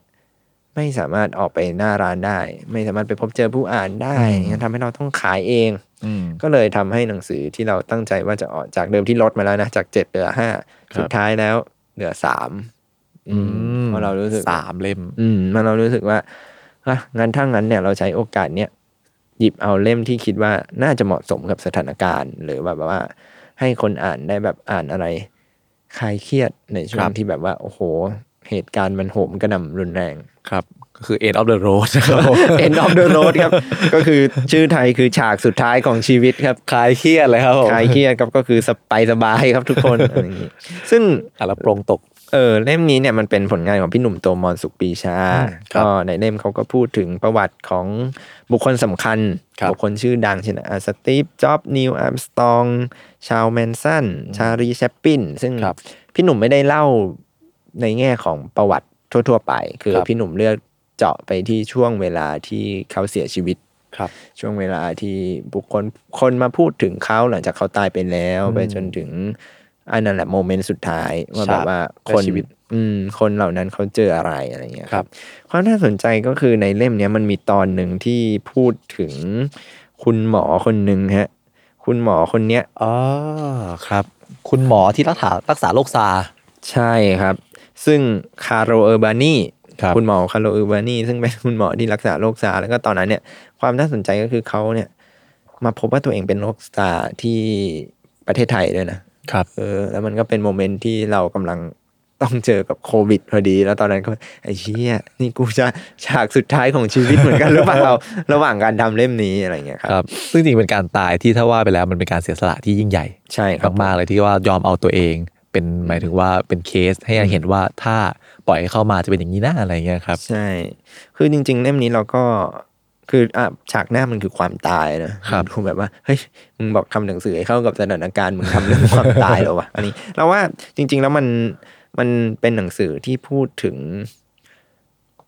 Speaker 3: ไม่สามารถออกไปหน้าร้านได้ ไม่สามารถไปพบเจอผู้อ่านได้อย่างเงี้ยทำให้เราต้องขายเอง
Speaker 2: อืม
Speaker 3: ก็เลยทำให้หนังสือที่เราตั้งใจว่าจะออกจากเดิมที่ลดมาแล้วนะ จากเจ็ดเหลือห้า
Speaker 2: ครับ
Speaker 3: สุดท้ายแล้วเหลือสามอืมเพราะเรารู้สึก
Speaker 2: สามเล่ม
Speaker 3: อืมมันเรารู้สึกว่าอ่ะงั้นถ้างั้นเนี่ยเราใช้โอกาสเนี่ยหยิบเอาเล่มที่คิดว่าน่าจะเหมาะสมกับสถานการณ์ หรือแบบว่า ให้คนอ่านได้แบบอ่านอะไรคลายเครียดในช่ว
Speaker 2: ครั
Speaker 3: ง
Speaker 2: บ
Speaker 3: ที่แบบว่า โอ้โห เหตุการณ์มันโหมกระหน่ำรุนแรง
Speaker 2: ครับ ก็คือ end of the road นะครับ
Speaker 3: (laughs) End of the road ครับ (laughs) ก็คือชื่อไทยคือฉากสุดท้ายของชีวิตครับ
Speaker 2: คลายเครียดเลยครับผม
Speaker 3: คลายเครียดครับก็คือสบายสบายครับทุกคน อะไรอย่างนี้ซึ่ง
Speaker 2: อ่ะแล้วปรงตก
Speaker 3: เออเล่มนี้เนี่ยมันเป็นผลงานของพี่หนุ่มโตมอนสุขปรีชา
Speaker 2: อืมครับ
Speaker 3: ก็ในเล่มเขาก็พูดถึงประวัติของบุคคลสำคัญ
Speaker 2: ครับ
Speaker 3: คคลชื่อดังเช่นสตีฟจ็อบนิวอัมสตองชาวแมนสันชารีแชปปินซึ่ง
Speaker 2: ครับ
Speaker 3: พี่หนุ่มไม่ได้เล่าในแง่ของประวัติทั่ว ๆ ไป คือ
Speaker 2: ครับ
Speaker 3: พี่หนุ่มเลือกเจาะไปที่ช่วงเวลาที่เขาเสียชีวิต
Speaker 2: ครับ
Speaker 3: ช่วงเวลาที่บุคคลคนมาพูดถึงเขาหลังจากเขาตายไปแล้ว
Speaker 2: อืม
Speaker 3: ไปจนถึงอันนั้นแหละโมเมนต์สุดท้าย ว่าแบบว่า
Speaker 2: และ
Speaker 3: คน
Speaker 2: ชีวิต
Speaker 3: อืมคนเหล่านั้นเขาเจออะไรอะไรเงี้ย
Speaker 2: ครับ
Speaker 3: ความน่าสนใจก็คือในเล่มเนี้ยมันมีตอนหนึ่งที่พูดถึงคุณหมอคนหนึ่งฮะ คุณหมอคนเนี้ย
Speaker 2: อ๋อครับ คุณหมอที่รักษารักษาโรคซา
Speaker 3: ใช่ครับ ซึ่งคาร์โรเออร์บานี
Speaker 2: ครับ
Speaker 3: คุณหมอคาร์โรเออร์บานีซึ่งเป็นคุณหมอที่รักษาโรคซาร์แล้วก็ตอนนั้นเนี่ย ความน่าสนใจก็คือเขาเนี่ย มาพบว่าตัวเองเป็นโรคซาร์ที่ประเทศไทยด้วยนะครับ เออ แล้วมันก็เป็นโมเมนต์ที่เรากำลังต้องเจอกับโควิดพอดี แล้วตอนนั้นก็ไอ้เชี่ยนี่กูจะฉากสุดท้ายของชีวิตเหมือนกันหรือเปล่า ระหว่างการทำเล่มนี้อะไรเงี้ยค
Speaker 2: ครั
Speaker 3: รับ
Speaker 2: บ ซึ่งจริงเป็นการตายที่ถ้าว่าไปแล้วมันเป็นการเสียสละที่ยิ่งใหญ่
Speaker 3: ใช่ครับ
Speaker 2: มากๆเลยที่ว่ายอมเอาตัวเอง เป็นหมายถึงว่าเป็นเคสให้เห็นว่าถ้าปล่อยให้เข้ามาจะเป็นอย่างนี้นะอะไรเงี้ยครับ
Speaker 3: ใช่ คือจริง ๆ เล่มนี้เราก็ คืออ่ะฉากหน้ามันคือความตายนะครับ ดูแบบว่า เฮ้ย มึงบอกทำหนังสือให้เข้ากับสถานการณ์ มึงทำเรื่องความตายเหรอวะ (laughs) อันนี้ เราว่าจริง ๆ แล้วมัน มันเป็นหนังสือที่พูดถึง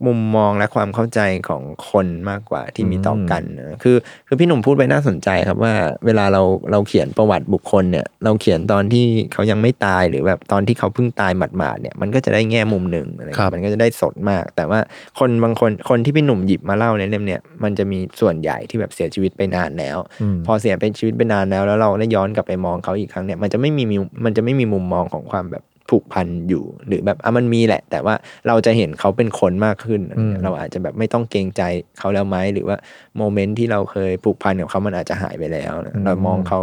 Speaker 3: มุมมองและความเข้าใจของคนมากกว่าที่มีต่ออ
Speaker 2: ม
Speaker 3: กันนะคือคือพี่หนุ่มพูดไปน่าสนใจครับว่า เวลาเราเราเขียนประวัติบุคคลเนี่ย เราเขียนตอนที่เขายังไม่ตายหรือแบบตอนที่เขาเพิ่งตายหมาดๆเนี่ยมันก็จะได้แง่มุมหนึ่งอะไร
Speaker 2: ครับ
Speaker 3: มันก็จะได้สดมาก แต่ว่าคนบางคนคนที่พี่หนุ่มหยิบมาเล่าในเล่มเนี่ยมันจะมีส่วนใหญ่ที่แบบเสียชีวิตไปนานแล้ว
Speaker 2: ม
Speaker 3: พอเสียเป็นชีวิตไปนานแล้วแล้วเราได้ย้อนกลับไปมองเขาอีกครั้งเนี่ยมันจะไม่มีมิวมันจะไม่มีมุมมองของความแบบผูกพันอยู่ หรือแบบอ่ะมันมีแหละ แต่ว่าเราจะเห็นเขาเป็นคนมากขึ้นอะไรเงี้ย
Speaker 2: อืม
Speaker 3: เราอาจจะแบบไม่ต้องเกรงใจเขาแล้วไหมหรือว่าโมเมนต์ที่เราเคยผูกพันกับเขามันอาจจะหายไปแล้วนะเรามองเขา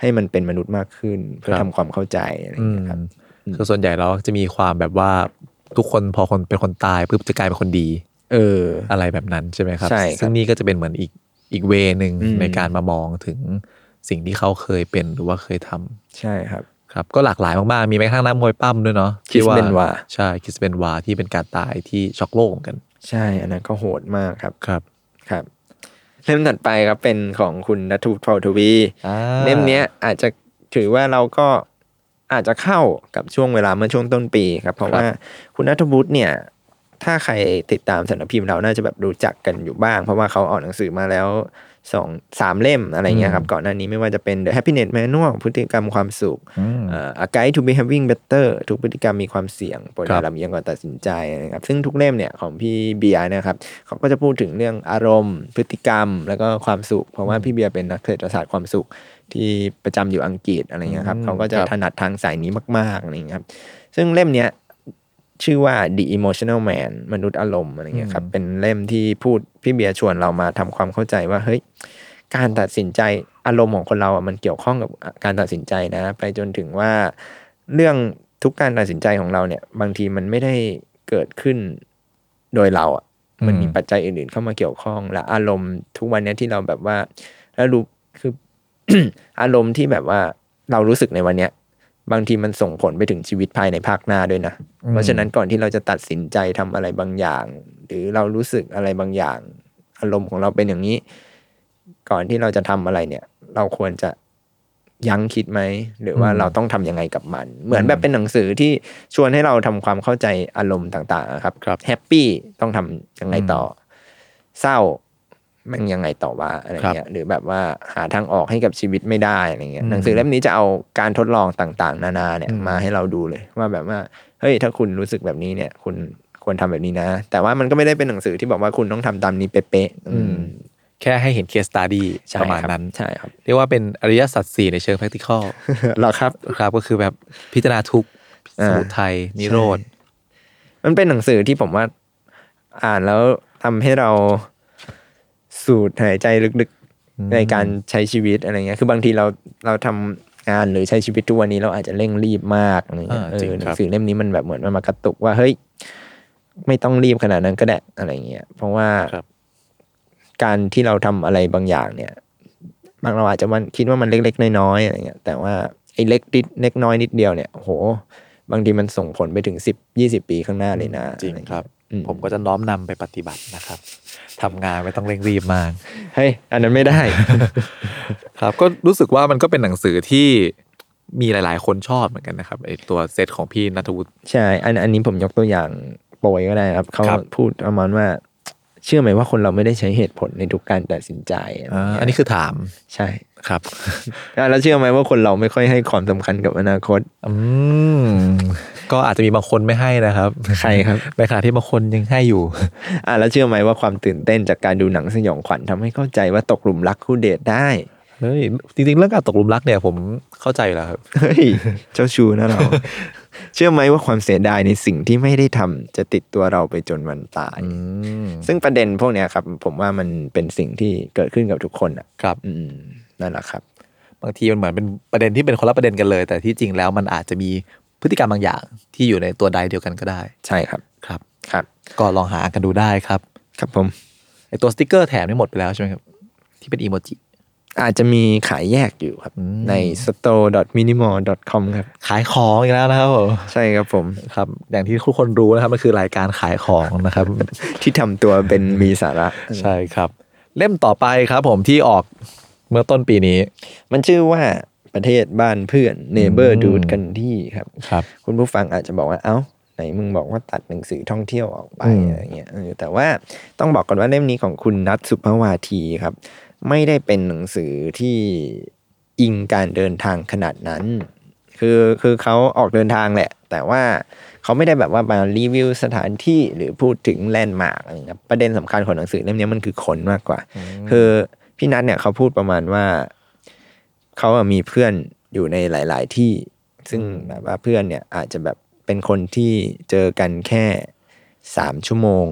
Speaker 3: ให้มันเป็นมนุษย์มากขึ้น เพื่อทำความเข้าใจอะไร
Speaker 2: อื
Speaker 3: เงี้
Speaker 2: ม
Speaker 3: ยครับ อืม
Speaker 2: คือส่วนใหญ่แล้วจะมีความแบบว่าทุกคนพอคนเป็นคนตายปุ๊บจะกลายเป็นคนดี
Speaker 3: เออ
Speaker 2: อะไรแบบนั้นใช่ไหมครับ
Speaker 3: ใช่ครับ
Speaker 2: ซึ่งนี่ก็จะเป็นเหมือนอีกอีกเวหนึ่ง
Speaker 3: อืม
Speaker 2: ในการมามองถึงสิ่งที่เขาเคยเป็นหรือว่าเคยทำ
Speaker 3: ใช่ครับ
Speaker 2: ครับ ก็หลากหลายมากๆ มีแม้กระทั่งน้ำมวยปั้มด้วยเนาะ
Speaker 3: คิสเบนวา
Speaker 2: ใช่คิสเบนวาที่เป็นการตายที่ช็อกโลกเหมือนกัน
Speaker 3: ใช่ อันนั้นก็โหดมากครับ
Speaker 2: ครับ
Speaker 3: ครับเล่มถัดไปครับเป็นของคุณนัทุพรทวี
Speaker 2: อ่า
Speaker 3: เล่มเนี้ยอาจจะถือว่าเราก็อาจจะเข้ากับช่วงเวลาเมื่อช่วงต้นปีครับ เพราะว่าคุณนัทบุตรเนี่ย ถ้าใครติดตามสำนักพิมพ์เราน่าจะแบบรู้จักกันอยู่บ้าง เพราะว่าเขาออกหนังสือมาแล้วสองสามเล่มอะไรเงี้ยครับ ก่อนหน้านี้ไม่ว่าจะเป็น The Happiness Manual พฤติกรรมความสุข
Speaker 2: อืม
Speaker 3: เอ่อ A Guide to Behaving Better ทุกพฤติกรรมมีความเสี่ยงโปรดอย่าลำเอียงก่อนตัดสินใจนะครับ ซึ่งทุกเล่มเนี่ยของพี่เบียร์นะครับเขาก็จะพูดถึงเรื่องอารมณ์ พฤติกรรม แล้วก็ความสุข เพราะว่าพี่เบียร์เป็นนักเศรษฐศาสตร์ความสุขที่ประจำอยู่อังกฤษอะไรเงี้ยครับ
Speaker 2: อืม
Speaker 3: เขาก็จะ
Speaker 2: ครับ
Speaker 3: ถนัดทางสายนี้มากๆอะไรเงี้ยครับ ซึ่งเล่มเนี้ยชื่อว่า The Emotional Man มนุษย์อารมณ์อะไรเงี้ยครับ เป็นเล่มที่พูดพี่เบียร์ชวนเรามาทำความเข้าใจว่าเฮ้ย การตัดสินใจอารมณ์ของคนเราอ่ะมันเกี่ยวข้องกับการตัดสินใจนะ ไปจนถึงว่า เรื่องทุกการตัดสินใจของเราเนี่ย บางทีมันไม่ได้เกิดขึ้นโดยเราอ่ะมันมี
Speaker 2: อืม
Speaker 3: ปัจจัยอื่นๆ เข้ามาเกี่ยวข้อง และอารมณ์ทุกวันเนี้ยที่เราแบบว่า แล้วรู้คือ (coughs) อารมณ์ที่แบบว่าเรารู้สึกในวันเนี้ย บางทีมันส่งผลไปถึงชีวิตภายในภาคหน้าด้วยนะ
Speaker 2: อืม
Speaker 3: เพราะฉะนั้นก่อนที่เราจะตัดสินใจทำอะไรบางอย่าง หรือเรารู้สึกอะไรบางอย่าง อารมณ์ของเราเป็นอย่างนี้ ก่อนที่เราจะทำอะไรเนี่ย เราควรจะยั้งคิดไหม หรือว่า
Speaker 2: อืม
Speaker 3: เราต้องทำยังไงกับมัน เหมือนแบบเป็นหนังสือที่ชวนให้เราทำความเข้าใจอารมณ์ต่างๆอะครับ
Speaker 2: ครับ
Speaker 3: แฮปปี้ต้องทำยังไงต่ออเศร้ามันยังไงต่อว่าอะไรเงี้ยหรือแบบว่าหาทางออกให้กับชีวิตไม่ได้อะไรเงี้ยหนังสือเล่มนี้จะเอาการทดลองต่าง ๆ นานาเนี่ยมาให้เราดูเลยว่าแบบว่า เฮ้ยถ้าคุณรู้สึกแบบนี้เนี่ย คุณควรทำแบบนี้นะ แต่ว่ามันก็ไม่ได้เป็นหนังสือที่บอกว่าคุณต้องทำตามนี้เป๊ะๆอืม
Speaker 2: แค่ให้เห็นเคสตาดี้
Speaker 3: ใช่
Speaker 2: ประมาณ
Speaker 3: คบ
Speaker 2: นั้น
Speaker 3: ใช่ครับ
Speaker 2: เรียกว่าเป็นอริยสัจสี่ในเชิง practical
Speaker 3: เหรอครับ
Speaker 2: ครับก็คือแบบพิจารณาทุกข์
Speaker 3: อ่า
Speaker 2: สมุทัยนิโรธ
Speaker 3: มันเป็นหนังสือที่ผมว่าอ่านแล้วทำให้เราสูดหายใจลึกๆในการใช้ชีวิตอะไรเงี้ย คือบางทีเราเราทำงานหรือใช้ชีวิตทุกวันนี้เราอาจจะเร่งรีบมากอะไรเงี้ย
Speaker 2: อ่า
Speaker 3: เออ
Speaker 2: จริง
Speaker 3: หนั
Speaker 2: ครั
Speaker 3: ง
Speaker 2: บ
Speaker 3: สือเล่มนี้มันแบบเหมือนมันมากระตุกว่าเฮ้ยไม่ต้องรีบขนาดนั้นก็ได้อะไรเงี้ย เพราะว่า การที่เราทำอะไรบางอย่างเนี่ย บางเราอาจจะมันคิดว่ามันเล็กๆ น้อยๆอะไรเงี้ยแต่ว่าไอ้เล็กนิดเล็กน้อยนิดเดียวเนี่ยโห บางทีมันส่งผลไปถึงสิบยี่สิบปีข้างหน้าเลยนะ
Speaker 2: จริงครับ
Speaker 3: อืม
Speaker 2: ผมก็จะน้อมนำไปปฏิบัตินะครับทำงานไม่ต้องเร่งรีบมาก
Speaker 3: เฮ้ยอันนั้นไม่ได้
Speaker 2: ครับก็รู้สึกว่ามันก็เป็นหนังสือที่มีหลายๆ คนชอบเหมือนกันนะครับไอตัวเซตของพี่นัทวุฒิ
Speaker 3: ใช่ อันอันนี้ผมยกตัวอย่างโปรยก็ได้ครับ เขา
Speaker 2: ครับ
Speaker 3: พูดประมาณว่า เชื่อไหมว่าคนเราไม่ได้ใช้เหตุผลในทุกการตัดสินใจอะไรเงี้ย
Speaker 2: อันนี้คือถาม
Speaker 3: ใช่
Speaker 2: ครับ
Speaker 3: อ่ะแล้วเชื่อไหมว่าคนเราไม่ค่อยให้ความสำคัญกับอนาคต
Speaker 2: อืมก็อาจจะมีบางคนไม่ให้นะครับ
Speaker 3: ใคร
Speaker 2: (laughs)
Speaker 3: ครับ
Speaker 2: ในขณะที่บางคนยังให้อยู่
Speaker 3: อ่ะแล้วเชื่อไหมว่าความตื่นเต้นจากการดูหนังสยองขวัญทำให้เข้าใจว่าตกหลุมรักคู่เดทได้
Speaker 2: เฮ้ยจริงๆเรื่องการตกหลุมรักเนี่ยผมเข้าใจอยู่แล้วครับ
Speaker 3: เฮ้ย เจ้าชู้นะเรา เชื่อไหมว่าความเสียดายในสิ่งที่ไม่ได้ทำจะติดตัวเราไปจนวันตาย
Speaker 2: อืม
Speaker 3: ซึ่งประเด็นพวกเนี้ยครับ ผมว่ามันเป็นสิ่งที่เกิดขึ้นกับทุกคนอ่ะ
Speaker 2: ครับ
Speaker 3: อืมนั่นแหละครับ
Speaker 2: บางทีมันเหมือนเป็นประเด็นที่เป็นคนละประเด็นกันเลย แต่ที่จริงแล้วมันอาจจะมีพฤติกรรมบางอย่างที่อยู่ในตัวใดเดียวกันก็ได้
Speaker 3: ใช่ครับ
Speaker 2: ครับ
Speaker 3: ครับ
Speaker 2: ก็ลองหาอ่านกันดูได้ครับ
Speaker 3: ครับผม
Speaker 2: ไอตัวสติกเกอร์แถมนี่หมดไปแล้วใช่ไหมครับ ที่เป็นอีโมจิ
Speaker 3: อาจจะมีขายแยกอยู่ครับ
Speaker 2: อืม
Speaker 3: ใน store.minimal.com ครับ
Speaker 2: ขายของอีกแล้วนะครับผม
Speaker 3: ใช่ครับผม
Speaker 2: ครับอย่างที่ทุกคนรู้นะครับมันคือรายการขายของนะครับ
Speaker 3: ที่ทำตัวเป็นมีสาระ
Speaker 2: ใช่ครับ เล่มต่อไปครับผมที่ออกเมื่อต้นปีนี้
Speaker 3: มันชื่อว่าประเทศบ้านเพื่อน neighbor dude กันที่ครับ
Speaker 2: ครับ
Speaker 3: คุณผู้ฟังอาจจะบอกว่า เอ้า ไหนมึงบอกว่าตัดหนังสือท่องเที่ยวออกไป
Speaker 2: อืม
Speaker 3: อะไรเงี้ยเออแต่ว่าต้องบอกก่อนว่าเล่มนี้ของคุณนัทสุภวาทีครับ ไม่ได้เป็นหนังสือที่อิงการเดินทางขนาดนั้น คือคือเขาออกเดินทางแหละ แต่ว่าเขาไม่ได้แบบว่ามารีวิวสถานที่หรือพูดถึงแลนด์มาร์กอะไรเงี้ยประเด็นสำคัญของหนังสือเล่มนี้มันคือคนมากกว่า คือพี่นัทเนี่ยเขาพูดประมาณว่า เขาอะมีเพื่อนอยู่ในหลาย ๆ ที่ ซึ่งแบบว่าเพื่อนเนี่ยอาจจะแบบเป็นคนที่เจอกันแค่สามชั่วโมง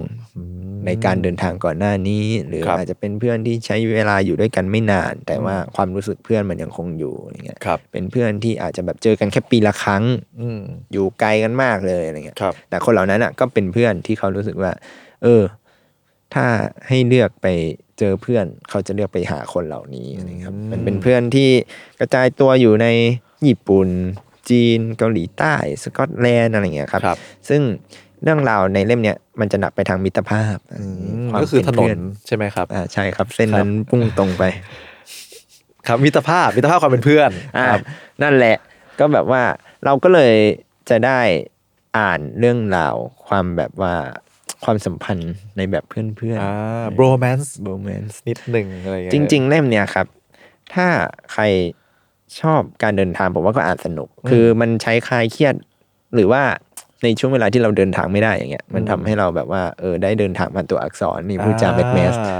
Speaker 3: ในการเดินทางก่อนหน้านี้ หรือ
Speaker 4: ครับ
Speaker 3: อาจจะเป็นเพื่อนที่ใช้เวลาอยู่ด้วยกันไม่นาน แต่ว่าความรู้สึกเพื่อนมันยังคงอยู่อะไรเงี้ย
Speaker 4: ครับ
Speaker 3: เป็นเพื่อนที่อาจจะแบบเจอกันแค่ปีละครั้ง
Speaker 2: อืม
Speaker 3: อยู่ไกลกันมากเลยอะไรเงี้ย
Speaker 4: ครับ
Speaker 3: แต่คนเหล่านั้นอ่ะก็เป็นเพื่อนที่เขารู้สึกว่า เออ ถ้าให้เลือกไปเจอเพื่อน เขาจะเลือกไปหาคนเหล่านี้อะไรเงี้ยครับมันเป็นเพื่อนที่กระจายตัวอยู่ในญี่ปุ่น จีนเกาหลีใต้ สกอตแลนด์อะไรเงี้ยครับ
Speaker 4: ครับ
Speaker 3: ซึ่งเรื่องราวในเล่มเนี้ยมันจะหนักไปทางมิตรภาพวาม
Speaker 2: ก็คือถน
Speaker 3: เป็น เพื่
Speaker 2: ใช่ไหมครับ
Speaker 3: อ่าใช่ครับ เส้น
Speaker 2: ครับ
Speaker 3: นั้นพุ่งตรงไป
Speaker 2: ครับมิตรภาพมิตรภาพความเป็นเพื่อน
Speaker 3: อ่า
Speaker 2: ครับ
Speaker 3: นั่นแหละก็แบบว่าเราก็เลยจะได้อ่านเรื่องราวความแบบว่าความสัมพันธ์ในแบบเพื่อน
Speaker 2: อ่า bromance
Speaker 3: โรแมนส์
Speaker 2: นิดหนึ่งอะไรอย่างเงี้ย
Speaker 3: จริง ๆ เล่มเนี้ยครับ ถ้าใครชอบการเดินทางผมว่าก็อ่านสนุก คือมันใช้คลายเครียด หรือว่าในช่วงเวลาที่เราเดินทางไม่ได้อย่างเงี้ยมันทำให้เราแบบว่าเออได้เดินทางผ่านตัวอักษรนี่พูดจา (laughs) แบทแมส
Speaker 2: อ่า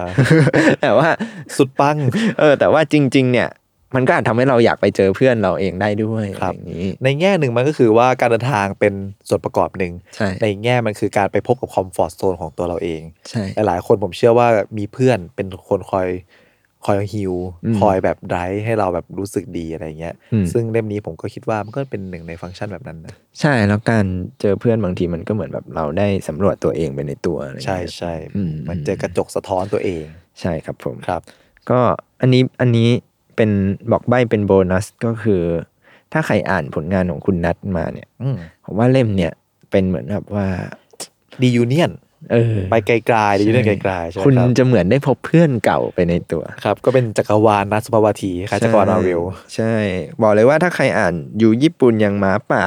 Speaker 3: แต่ว่า
Speaker 2: สุดปัง
Speaker 3: เออแต่ว่าจริง ๆ เนี่ย มันก็อาจทำให้เราอยากไปเจอเพื่อนเราเองได้ด้วย
Speaker 2: ครับ
Speaker 3: อย่างนี้
Speaker 2: ในแง่หนึ่งมันก็คือว่าการเดินทางเป็นส่วนประกอบหนึ่ง
Speaker 3: ใช่
Speaker 2: ในแง่มันคือการไปพบกับคอมฟอร์ z โซนของตัวเราเอง
Speaker 3: ใช่
Speaker 2: หลายๆคนผมเชื่อว่ามีเพื่อนเป็นคนคอยคอยฮิว
Speaker 3: อืม
Speaker 2: คอยแบบไดรฟ์ให้เราแบบรู้สึกดีอะไรเงี้ย
Speaker 3: อืม
Speaker 2: ซึ่งเล่มนี้ผมก็คิดว่ามันก็เป็นหนึ่งในฟังก์ชันแบบนั้นนะ
Speaker 3: ใช่แล้วการเจอเพื่อนบางทีมันก็เหมือนแบบเราได้สำรวจตัวเองไปในตัวอะไรอย่าง
Speaker 2: ใช่
Speaker 3: เงี้ย
Speaker 2: ใช่
Speaker 3: อืม
Speaker 2: มันเจอกระจกสะท้อนตัวเอง
Speaker 3: ใช่ครับผม
Speaker 2: ครับ
Speaker 3: ก็อันนี้อันนี้เป็นบอกใบ้เป็นโบนัสก็คือ ถ้าใครอ่านผลงานของคุณนัทมาเนี่ย
Speaker 2: อืม
Speaker 3: ผมว่าเล่มเนี่ยเป็นเหมือนแบบว่า
Speaker 2: ดียูเนียน
Speaker 3: เออ
Speaker 2: ไปไกลๆดียูเนียนไกลๆใช่ไหม
Speaker 3: คุณ
Speaker 2: ครับ
Speaker 3: จะเหมือนได้พบเพื่อนเก่าไปในตัว
Speaker 2: ครับ ก็เป็นจักรวาลนะสุภาวาทีคล้ายจักรวาลมาเวล
Speaker 3: ใช่ บอกเลยว่าถ้าใครอ่านอยู่ญี่ปุ่นอย่างหมาป่า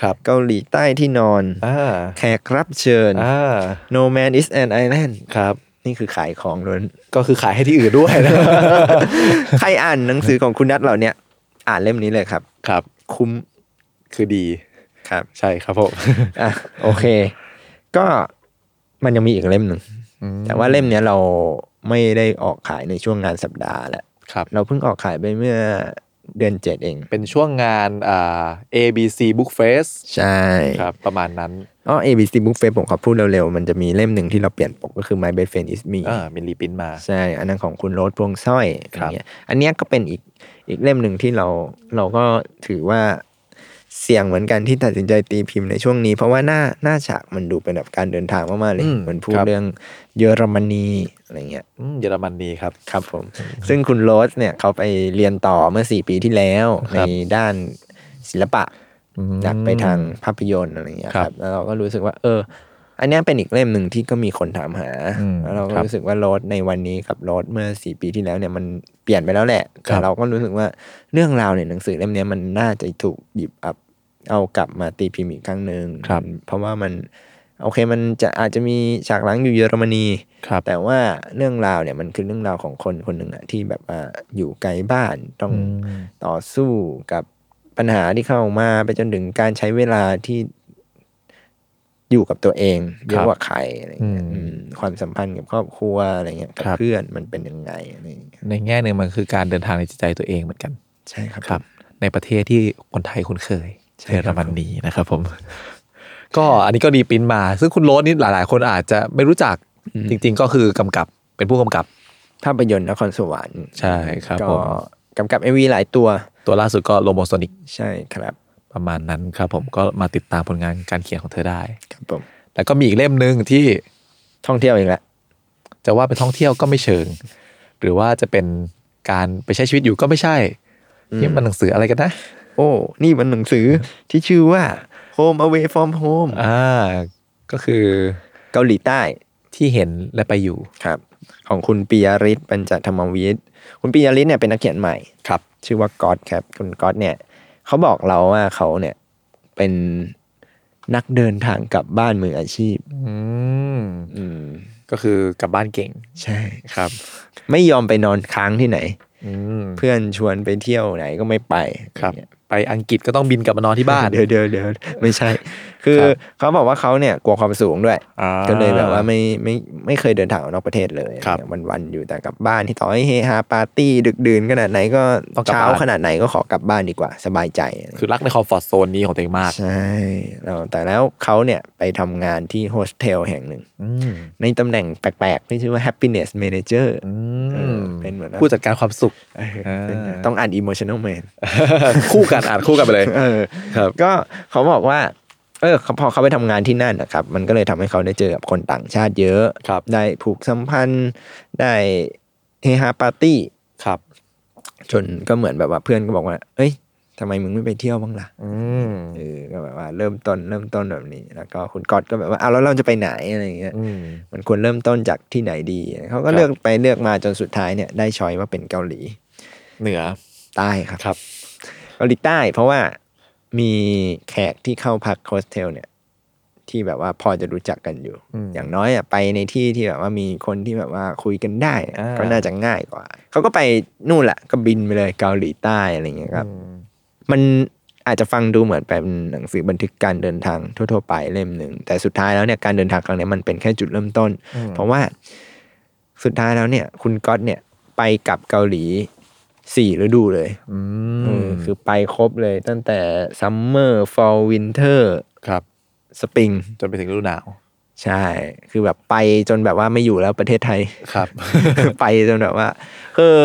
Speaker 2: ครับ
Speaker 3: เกาหลีใต้ที่นอน
Speaker 2: อ่า
Speaker 3: แขกรับเชิญ
Speaker 2: อ่า
Speaker 3: No Man is an Island
Speaker 2: ครับ
Speaker 3: นี่คือขายของล้วน (laughs)
Speaker 2: ก็คือขายให้ที่อื่นด้วยนะ
Speaker 3: ใครอ่านหนังสือของคุณนัทเหล่าเนี้ยอ่านเล่มนี้เลยครับ
Speaker 2: ครับ
Speaker 3: คุ้ม
Speaker 2: คือดี
Speaker 3: ครับ
Speaker 2: ใช่ครับผม
Speaker 3: อ่ะโอเค ก็มันยังมีอีกเล่มหนึ่ง แต่ว่าเล่มเนี้ยเราไม่ได้ออกขายในช่วงงานสัปดาห์แหละ
Speaker 2: ครับ
Speaker 3: เราเพิ่งออกขายไปเมื่อเดือนเจ็ดเอง
Speaker 2: เป็นช่วงงานอ่า ABC Book Fest
Speaker 3: ใช่
Speaker 2: ครับ ประมาณนั้น
Speaker 3: อ๋อ ABC Book Fair ผมขอพูดเร็วๆ มันจะมีเล่มหนึ่งที่เราเปลี่ยนปกก็คือ My Best Friend Is Me
Speaker 2: อ่ามีรีพินมา
Speaker 3: ใช่ อันนั้นของคุณโรสพวงสร้อย
Speaker 2: ครับ
Speaker 3: อย่างเงี้ยอันเนี้ยก็เป็นอีกอีกเล่มหนึ่งที่เราเราก็ถือว่าเสี่ยงเหมือนกันที่ตัดสินใจตีพิมพ์ในช่วงนี้ เพราะว่าหน้าหน้าฉากมันดูเป็นแบบการเดินทางมากๆเลยเหมันพูดเรื่องเยอรมนีอะไรเงี้ย
Speaker 2: อืมเยอรมนีครับ
Speaker 3: ครับผม ซึ่งคุณโรสเนี่ยเขาไปเรียนต่อเมื่อสี่ปีที่แล้ว ในด้านศิลปะ อยากไปทางภาพยนตร์อะไรอย่างเงี้ยค
Speaker 2: ครั
Speaker 3: รั
Speaker 2: บบ
Speaker 3: แล้วเราก็รู้สึกว่า เออ อันเนี้ยเป็นอีกเล่มหนึ่งที่ก็มีคนถามหา
Speaker 2: อืม
Speaker 3: แล้วเราก็
Speaker 2: ครับ
Speaker 3: รู้สึกว่าโรถในวันนี้กับโรถเมื่อสี่ปีที่แล้วเนี่ยมันเปลี่ยนไปแล้วแหละ
Speaker 2: ครั
Speaker 3: แต่
Speaker 2: บ
Speaker 3: เราก็รู้สึกว่าเรื่องราวในหนังสือเล่มเนี้ยมันน่าจะถูกหยิบอับเอากลับมาตีพิมพ์อีกครั้งหนึ่งเพราะว่ามัน โอเคมันจะอาจจะมีฉากหลังอยู่เยอรมนี
Speaker 2: ครับ
Speaker 3: แต่ว่าเรื่องราวเนี่ยมันคือเรื่องราวของคนคนหนึ่งอะที่แบบว่าอยู่ไกลบ้านต้อง
Speaker 2: อืม
Speaker 3: ต่อสู้กับปัญหาที่เข้ามาไปจนถึงการใช้เวลาที่อยู่กับตัวเองเยอะกว่าใครอะไรเงี้ยอืมความสัมพันธ์กับครอบครัวอะไรเงี้ยกับ
Speaker 2: ครับ
Speaker 3: เพื่อนมันเป็นยังไงอะไรเงี้ย
Speaker 2: ในแง่หนึ่งมันคือการเดินทางในจิตใจตัวเองเหมือนกัน
Speaker 3: ใช่ครับ
Speaker 2: ครับ ในประเทศที่คนไทยคุ้นเคย
Speaker 3: ใช่
Speaker 2: เยอร
Speaker 3: ครับ
Speaker 2: มนีนะครับผม ก็อันนี้ก็รีปรินท์มา ซึ่งคุณโรสนี่หลาย ๆ คนอาจจะไม่รู้จักจริง ๆ ก็คือกำกับเป็นผู้กำกับ
Speaker 3: ภาพยนตร์นครสวรรค์
Speaker 2: ใช่ครับผ
Speaker 3: ก็
Speaker 2: ม
Speaker 3: กำกับเอวีหลายตัว
Speaker 2: ตัวล่าสุดก็โลโมโซนิก
Speaker 3: ใช่ครับ
Speaker 2: ประมาณนั้นครับผมก็มาติดตามผลงานการเขียนของเธอได้
Speaker 3: ครับผม
Speaker 2: แล้วก็มีอีกเล่มหนึ่งที่
Speaker 3: ท่องเที่ยวอีกแล้ว
Speaker 2: จะว่าไปท่องเที่ยวก็ไม่เชิง หรือว่าจะเป็นการไปใช้ชีวิตอยู่ก็ไม่ใช่นี่มันหนังสืออะไรกันนะ
Speaker 3: โอ้นี่มันหนังสือที่ชื่อว่า Home Away from Home
Speaker 2: อ่าก็คือ
Speaker 3: เกาหลีใต้
Speaker 2: ที่เห็นและไปอยู่
Speaker 3: ครับ ของคุณปิยริศปัญจธรรมวิทย์คุณปิยริศเนี่ยเป็นนักเขียนใหม่ครับ ชื่อว่าก๊อตครับ คุณก๊อตเนี่ย เขาบอกเราว่าเขาเนี่ยเป็น นักเดินทางกลับบ้านมืออาชีพ
Speaker 2: อืม
Speaker 3: อืม
Speaker 2: ก็คือกลับบ้านเก่ง
Speaker 3: ใช่
Speaker 2: ครับ
Speaker 3: ไม่ยอมไปนอนค้างที่ไหน
Speaker 2: อืม
Speaker 3: เพื่อนชวนไปเที่ยวไหนก็ไม่ไป
Speaker 2: ครับ
Speaker 3: อย่างเงี้ย
Speaker 2: ไปอังกฤษก็ต้องบินกลับมานอนที่บ้าน
Speaker 3: เดี๋ยวเดี๋ยวเดี๋ยวไม่ใช่ คือ
Speaker 2: ครับ
Speaker 3: เขาบอกว่าเขาเนี่ยกลัวความสูงด้วย
Speaker 2: อ่า
Speaker 3: ก็เลยแบบว่าไม่ไม่ไม่เคยเดินทางออกนอกประเทศเลย
Speaker 2: ครับ
Speaker 3: วันวันๆอยู่แต่กลับบ้านที่ต่อให้เฮฮาปาร์ตี้ดึกดื่นขนาดไหนก็เช้าขนาดไหนก็ขอกลับบ้านดีกว่า สบายใจอะไร
Speaker 2: คือรักในคอมฟอร์ทโซนนี้ของตัวเองมาก
Speaker 3: ใช่แล้วแต่แล้วเขาเนี่ยไปทำงานที่โฮสเทลแห่งหนึ่ง
Speaker 2: อืม
Speaker 3: ในตำแหน่งแปลกๆที่ชื่อว่า happiness manager
Speaker 2: อื
Speaker 3: เอ
Speaker 2: ม
Speaker 3: อเป็นเหมือน
Speaker 2: ผู้จัดการความสุข
Speaker 3: เออ
Speaker 2: เออ
Speaker 3: เป็นต้องอ่าน emotional man
Speaker 2: คู่กันอ่านคู่กันไปเลย
Speaker 3: เออ
Speaker 2: ครับ
Speaker 3: ก็เขาบอกว่า เออเขาพอเขาไปทำงานที่นั่นนะครับ มันก็เลยทำให้เขาได้เจอกับคนต่างชาติเยอะ
Speaker 2: ครับ
Speaker 3: ได้ผูกสัมพันธ์ได้เฮฮาปาร์ตี้
Speaker 2: ครับ
Speaker 3: จนก็เหมือนแบบว่าเพื่อนก็บอกว่า เอ้ยทำไมมึงไม่ไปเที่ยวบ้างล่ะ
Speaker 2: อืม
Speaker 3: เออก็แบบว่าเริ่มต้นเริ่มต้นแบบนี้ แล้วก็คุณก๊อตก็แบบว่าเอาวแล้วเราจะไปไหนอะไรอย่างเงี้ย
Speaker 2: อืม
Speaker 3: มันควรเริ่มต้นจากที่ไหนดีเขาก็
Speaker 2: ครับ
Speaker 3: เลือกไปเลือกมาจนสุดท้ายเนี่ยได้ชอยว่าเป็นเกาหลี
Speaker 2: เหนือ
Speaker 3: ใต้ครับ
Speaker 2: ครับ
Speaker 3: เกาหลีใต้ เพราะว่ามีแขกที่เข้าพักโฮสเทลเนี่ย ที่แบบว่าพอจะรู้จักกันอยู่
Speaker 2: อืม
Speaker 3: อย่างน้อยอ่ะไปในที่ที่แบบว่ามีคนที่แบบว่าคุยกันได้อ่ะ
Speaker 2: อ่า
Speaker 3: ก็น่าจะง่ายกว่า เขาก็ไปนู่นแหละก็บินไปเลยเกาหลีใต้อะไรเงี้ยครับ
Speaker 2: อืม
Speaker 3: มันอาจจะฟังดูเหมือนเป็นหนังสือบันทึกการเดินทางทั่วๆไปเล่มหนึ่ง แต่สุดท้ายแล้วเนี่ยการเดินทางครั้งเนี้ยมันเป็นแค่จุดเริ่มต้น
Speaker 2: อืม
Speaker 3: เพราะว่าสุดท้ายแล้วเนี่ย คุณก๊อตเนี่ยไปกลับเกาหลีสี่ฤดูเลย
Speaker 2: อื
Speaker 3: เอ
Speaker 2: ม
Speaker 3: อคือไปครบเลยตั้งแต่ซัมเมอร์ฟอลวินเทอร์
Speaker 2: ครับ
Speaker 3: สปริง
Speaker 2: จนไปถึงฤดูหนาว
Speaker 3: ใช่ คือแบบไปจนแบบว่าไม่อยู่แล้วประเทศไทย
Speaker 2: ครับ
Speaker 3: (laughs) ไปจนแบบว่า คือ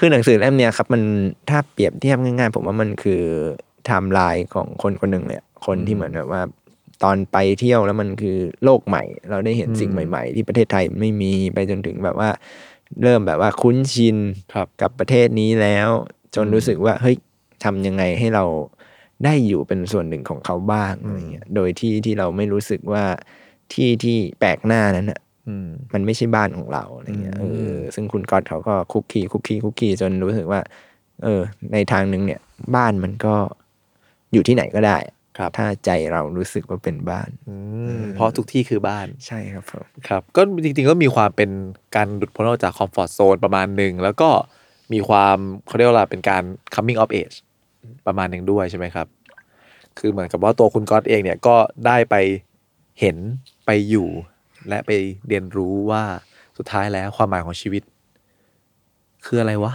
Speaker 3: คือหนังสือเล่มเนี้ยครับ มันถ้าเปรียบเทียบง่ายๆ ผมว่ามันคือไทม์ไลน์ของคนคนหนึ่งเลยอะคนที่เหมือนแบบว่า ตอนไปเที่ยวแล้วมันคือโลกใหม่ เราได้เห็นสิ่ง
Speaker 2: อืม
Speaker 3: ใหม่ๆ ที่ประเทศไทยไม่มีไปจนถึงแบบว่า เริ่มแบบว่าคุ้นชิน
Speaker 2: ครับ
Speaker 3: กับประเทศนี้แล้ว จนรู้สึกว่าเฮ้ยทำยังไงให้เราได้อยู่เป็นส่วนหนึ่งของเขาบ้างอะไรเงี้ยโดยที่ที่เราไม่รู้สึกว่าที่ที่แปลกหน้านั้นน่ะ
Speaker 2: อืม
Speaker 3: มันไม่ใช่บ้านของเราอะไรเงี้ย
Speaker 2: อื
Speaker 3: เอ
Speaker 2: ม
Speaker 3: อซึ่งคุณก๊อตเขาก็คุกคีคุกคีคุกคีจนรู้สึกว่า เออ ในทางหนึ่งเนี่ย บ้านมันก็อยู่ที่ไหนก็ได้
Speaker 2: ครับ
Speaker 3: ถ้าใจเรารู้สึกว่าเป็นบ้าน
Speaker 2: อืมเพราะทุกที่คือบ้าน
Speaker 3: ใช่ครับ
Speaker 2: (laughs)
Speaker 3: ผม
Speaker 2: ครับก็จริงๆก็มีความเป็นการหลุดพ้นออกจากคอมฟอร์ทโซนประมาณหนึ่ง แล้วก็มีความเขาเรียกว่าอะไรเป็นการ coming of age ประมาณหนึ่งด้วยใช่ไหมครับ คือเหมือนกับว่าตัวคุณก๊อตเองเนี่ยก็ได้ไปเห็นไปอยู่ และไปเรียนรู้ว่าสุดท้ายแล้วความหมายของชีวิต คืออะไร
Speaker 3: (laughs)
Speaker 2: วะ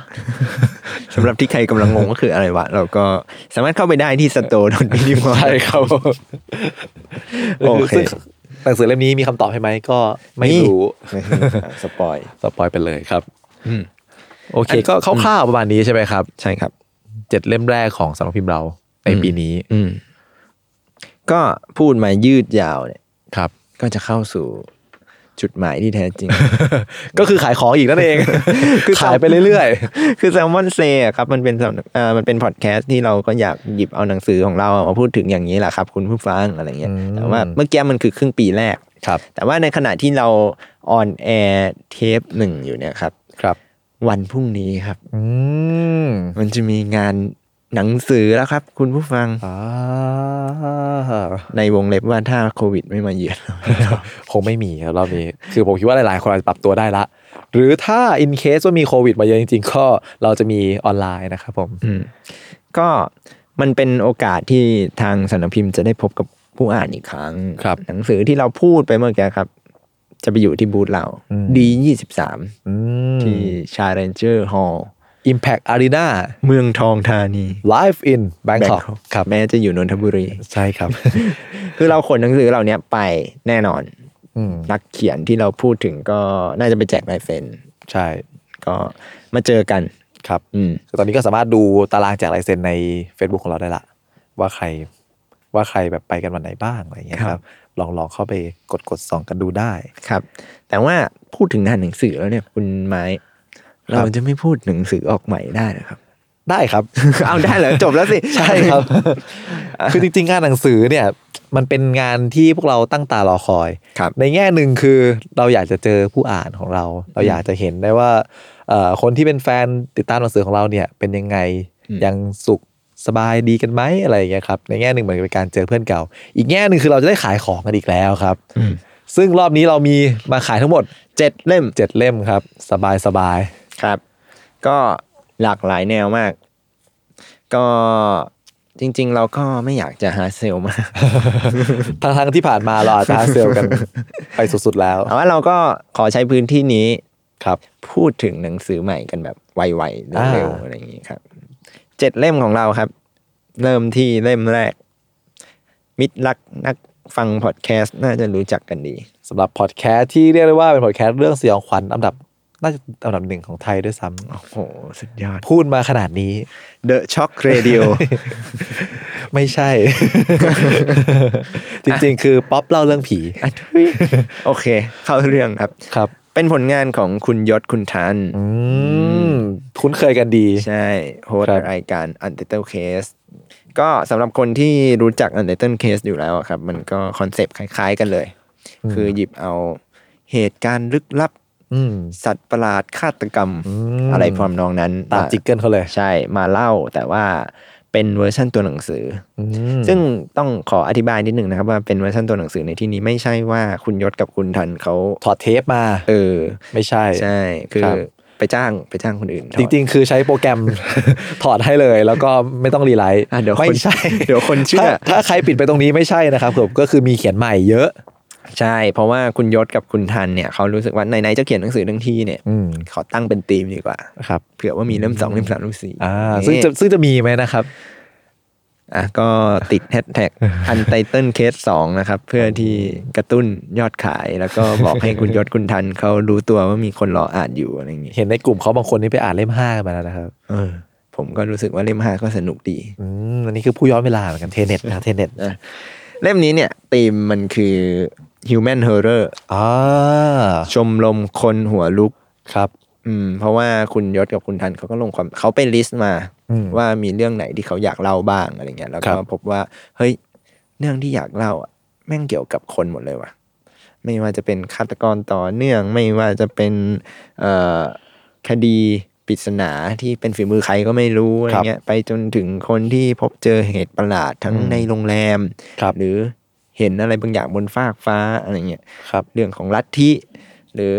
Speaker 3: สำหรับที่ใครกำลังงงก็คืออะไรวะ เราก็สามารถเข้าไปได้ที่สโตร์ดอนมินิมอล
Speaker 2: ใช่ครับ
Speaker 3: โอเค
Speaker 2: ซึ่งหนังสือเล่มนี้มีคำตอบให้ไหมก็ไม่รู้
Speaker 3: สปอย
Speaker 2: (laughs) สปอยไปเลยครับ
Speaker 3: อืม
Speaker 2: โอเคก็คร่าวๆประมาณนี้ใช่ไหมครับ
Speaker 3: ใช่ครับ
Speaker 2: เจ็ดเล่มแรกของสำนักพิมพ์เราใน
Speaker 3: อืม
Speaker 2: ปีนี้
Speaker 3: อืมก็พูดมายืดยาวเนี่ย
Speaker 2: ครับ
Speaker 3: ก็จะเข้าสู่จุดหมายที่แท้จริง
Speaker 2: (laughs) ก็คือขายของอีกนั่นเอง (laughs)
Speaker 3: คือ
Speaker 2: ขายไปเรื่อย
Speaker 3: คือแซมมอนเซ่ครับมันเป็นสำนักเอ่อมันเป็นพอดแคสต์ที่เราก็อยากหยิบเอาหนังสือของเราอะมาพูดถึงอย่างนี้แหละครับ คุณผู้ฟังอะไรเงี้ย
Speaker 2: อืม
Speaker 3: แต่ว่าเมื่อกี้มันคือครึ่งปีแรก
Speaker 2: ๆ ครับ
Speaker 3: แต่ว่าในขณะที่เราออนแอร์เทปหนึ่งอยู่เนี่ยครับ
Speaker 2: ครับ
Speaker 3: วันพรุ่งนี้ครับ
Speaker 2: อืม
Speaker 3: มันจะมีงานหนังสือแล้วครับ คุณผู้ฟัง
Speaker 2: อ่า
Speaker 3: ในวงเล็บว่าถ้าโควิดไม่มาเยือน
Speaker 2: (laughs) คงไม่มีครับรอบนี้ คือผมคิดว่าหลายๆ คนอาจจะปรับตัวได้ละ หรือถ้า in case ว่ามีโควิดมาเยอะจริงๆ ก็เราจะมีออนไลน์นะครับผม
Speaker 3: อืมก็มันเป็นโอกาสที่ทางสำนักพิมพ์จะได้พบกับผู้อ่านอีกครั้ง
Speaker 2: ครับ
Speaker 3: หนังสือที่เราพูดไปเมื่อกี้ครับ จะไปอยู่ที่บูธเรา ดียี่สิบสาม
Speaker 2: อืม
Speaker 3: ที่ชา a รนเจอร์ฮอล
Speaker 2: Impact Arena
Speaker 3: เมืองทองธานี
Speaker 2: Live in Bangkok
Speaker 3: Bangkok
Speaker 2: ครับ
Speaker 3: แม้จะอยู่นนทบุรี
Speaker 2: ใช่ครับ
Speaker 3: คือเราขนหนังสือเหล่านี้ไปแน่นอน
Speaker 2: อืม
Speaker 3: นักเขียนที่เราพูดถึงก็น่าจะไปแจกลายเซ็น
Speaker 2: ใช่
Speaker 3: ก็มาเจอกัน
Speaker 2: ครับ
Speaker 3: อืม
Speaker 2: คือตอนนี้ก็สามารถดูตารางแจกลายเซ็นใน Facebook ของเราได้ละว่าใครว่าใครแบบไปกันวันไหนบ้างอะไรอย่างเงี้ย
Speaker 3: ค
Speaker 2: ค
Speaker 3: รั
Speaker 2: รับ บ ลองลองเข้าไปกดกดส่องกันดูได้
Speaker 3: ครับ แต่ว่าพูดถึงงานหนังสือแล้วเนี่ยคุณไม้
Speaker 2: ครั
Speaker 3: เรา
Speaker 2: บ
Speaker 3: จะไม่พูดหนังสือออกใหม่ได้นะครับ
Speaker 2: ได้ครับ
Speaker 3: (laughs) เอาได้
Speaker 2: (laughs)
Speaker 3: เหรอจบแล้วสิ
Speaker 2: ใช่ครับ (laughs) คือจริงๆ งานหนังสือเนี่ยมันเป็นงานที่พวกเราตั้งตารอคอย
Speaker 3: ครับ
Speaker 2: ในแง่หนึ่งคือเราอยากจะเจอผู้อ่านของเรา เราอยากจะเห็นได้ว่าเอ่อคนที่เป็นแฟนติดตามหนังสือของเราเนี่ยเป็นยังไง
Speaker 3: อืม
Speaker 2: ยังสุข สบายดีกันไหมอะไรอย่างเงี้ยครับในแง่หนึ่งเหมือนเป็นการเจอเพื่อนเก่า อีกแง่หนึ่งคือเราจะได้ขายของกันอีกแล้วครับ ซึ่งรอบนี้เรามีมาขายทั้งหมด
Speaker 3: เจ็ดเล่ม
Speaker 2: เจ็ดเล่มครับ สบายสบาย
Speaker 3: ครับ ก็หลากหลายแนวมาก ก็จริง ๆ เราก็ไม่อยากจะหาเซลล์มาก
Speaker 2: (laughs) ทั้งทั้งๆที่ผ่านมาเราอาจจะหาเซลล์กัน ไปสุดๆแล้ว
Speaker 3: แต่ว่าเราก็ขอใช้พื้นที่นี้
Speaker 2: ครับ
Speaker 3: พูดถึงหนังสือใหม่กันแบบไวๆ
Speaker 2: อ่า
Speaker 3: เร็วๆอะไรอย่างนี้ครับเจ็ดเล่มของเราครับ เริ่มที่เล่มแรก มิตรรักนักฟังพอดแคสต์น่าจะรู้จักกันดี
Speaker 2: สำหรับพอดแคสต์ที่เรียกได้ว่าเป็นพอดแคสต์เรื่องสยองขวัญอันดับน่าจะอันดับหนึ่งของไทยด้วยซ้
Speaker 3: โอ้โห สุดยอด
Speaker 2: ำพูดมาขนาดนี้
Speaker 3: The Shock
Speaker 2: (laughs)
Speaker 3: Radio
Speaker 2: ไม่ใช่ (laughs) จริงๆ คือป๊อปเล่าเรื่องผี
Speaker 3: อ่ะทุยโอเค เข้าเรื่องครับ
Speaker 2: ครับ
Speaker 3: เป็นผลงานของคุณยศคุณทัน
Speaker 2: อืมคุ้นเคยกันดี
Speaker 3: ใช่โฮส
Speaker 2: ครับ
Speaker 3: ต์รายการ Untitled Case ก็สำหรับคนที่รู้จัก Untitled Case อยู่แล้วอะครับ มันก็คอนเซปต์คล้ายๆกันเลย คือหยิบเอาเหตุการณ์ลึกลับ
Speaker 2: อืม
Speaker 3: สัตว์ประหลาดฆาตกรรม
Speaker 2: อืม
Speaker 3: อะไรพร้อมนองนั้น
Speaker 2: ตาม
Speaker 3: ม
Speaker 2: จิกเกิลเขาเลย
Speaker 3: ใช่มาเล่าแต่ว่าเป็นเวอร์ชั่นตัวหนังสืออ
Speaker 2: อืม
Speaker 3: ซึ่งต้องขออธิบายนิดหนึ่งนะครับ ว่าเป็นเวอร์ชันตัวหนังสือในที่นี้ไม่ใช่ว่าคุณยศกับคุณทันเขา
Speaker 2: ถอดเทปมา
Speaker 3: เออ
Speaker 2: ไม่ใช่
Speaker 3: ใช่ คื
Speaker 2: ค
Speaker 3: อ
Speaker 2: รับ
Speaker 3: ไปจ้างไปจ้างคนอื่นถอด
Speaker 2: จริงๆ คือใช้โปรแกรม (laughs) ถอดให้เลย แล้วก็ไม่ต้องรีไลท์
Speaker 3: อ่ะเดี๋ยวคน
Speaker 2: ไม่ใช่
Speaker 3: เดี๋ยวคนเชื่อ
Speaker 2: ถ้าถ้าใครปิดไปตรงนี้ไม่ใช่นะครับผมก็คือมีเขียนใหม่เยอะ
Speaker 3: ใช่ เพราะว่าคุณยศกับคุณทันเนี่ยเขารู้สึกว่าไหนๆจะเขียนหนังสือทั้งที่เนี่ย
Speaker 2: อืม
Speaker 3: ขอตั้งเป็นธีมดีกว่า
Speaker 2: ครับ
Speaker 3: เผื่อว่ามีเล่มสองเล่มสามเล่มสี่
Speaker 2: อ่า
Speaker 3: นี่
Speaker 2: ซึ่งจะซึ่งจะมีไหมนะครับ
Speaker 3: อ่ะก็ติดแฮชแท็กอันไตเติลเคสสองนะครับ เพื่อที่กระตุ้นยอดขายแล้วก็บอกให้คุณยศคุณทันเขารู้ตัวว่ามีคนรออ่านอยู่อะไรอย่างงี้
Speaker 2: เห็นในกลุ่มเขาบางคนนี่ไปอ่านเล่มห้ากันมาแล้วนะครับ
Speaker 3: เออ ผมก็รู้สึกว่าเล่มห้าก็สนุกดี
Speaker 2: อืมอันนี้คือผู้ย้อนเวลาเหมือนกันเทเน็ตนะเทเน็ต
Speaker 3: เล่มนี้เนี่ยธีมมันคือ human horror
Speaker 2: อ่า
Speaker 3: ชมรมคนหัวลุก
Speaker 2: ครับ
Speaker 3: อืม เพราะว่าคุณยศกับคุณทันเขาก็ลงความเขาไปลิสต์มา
Speaker 2: อืม
Speaker 3: ว่ามีเรื่องไหนที่เขาอยากเล่าบ้างอะไรเงี้ยแล้ว
Speaker 2: ครั
Speaker 3: ก็
Speaker 2: บ
Speaker 3: พบว่า เฮ้ย เรื่องที่อยากเล่าอะแม่งเกี่ยวกับคนหมดเลยว่ะ ไม่ว่าจะเป็นฆาตกรต่อเนื่อง ไม่ว่าจะเป็นเอ่อคดีปริศนาที่เป็นฝีมือใครก็ไม่รู้อะไรเงี้ยไปจนถึงคนที่พบเจอเหตุประหลาดทั้งในโรงแรม
Speaker 2: ครับ
Speaker 3: หรือเห็นอะไรบางอย่างบนฟากฟ้าอะไรเงี้ย
Speaker 2: ครับ
Speaker 3: เรื่องของลัทธิหรือ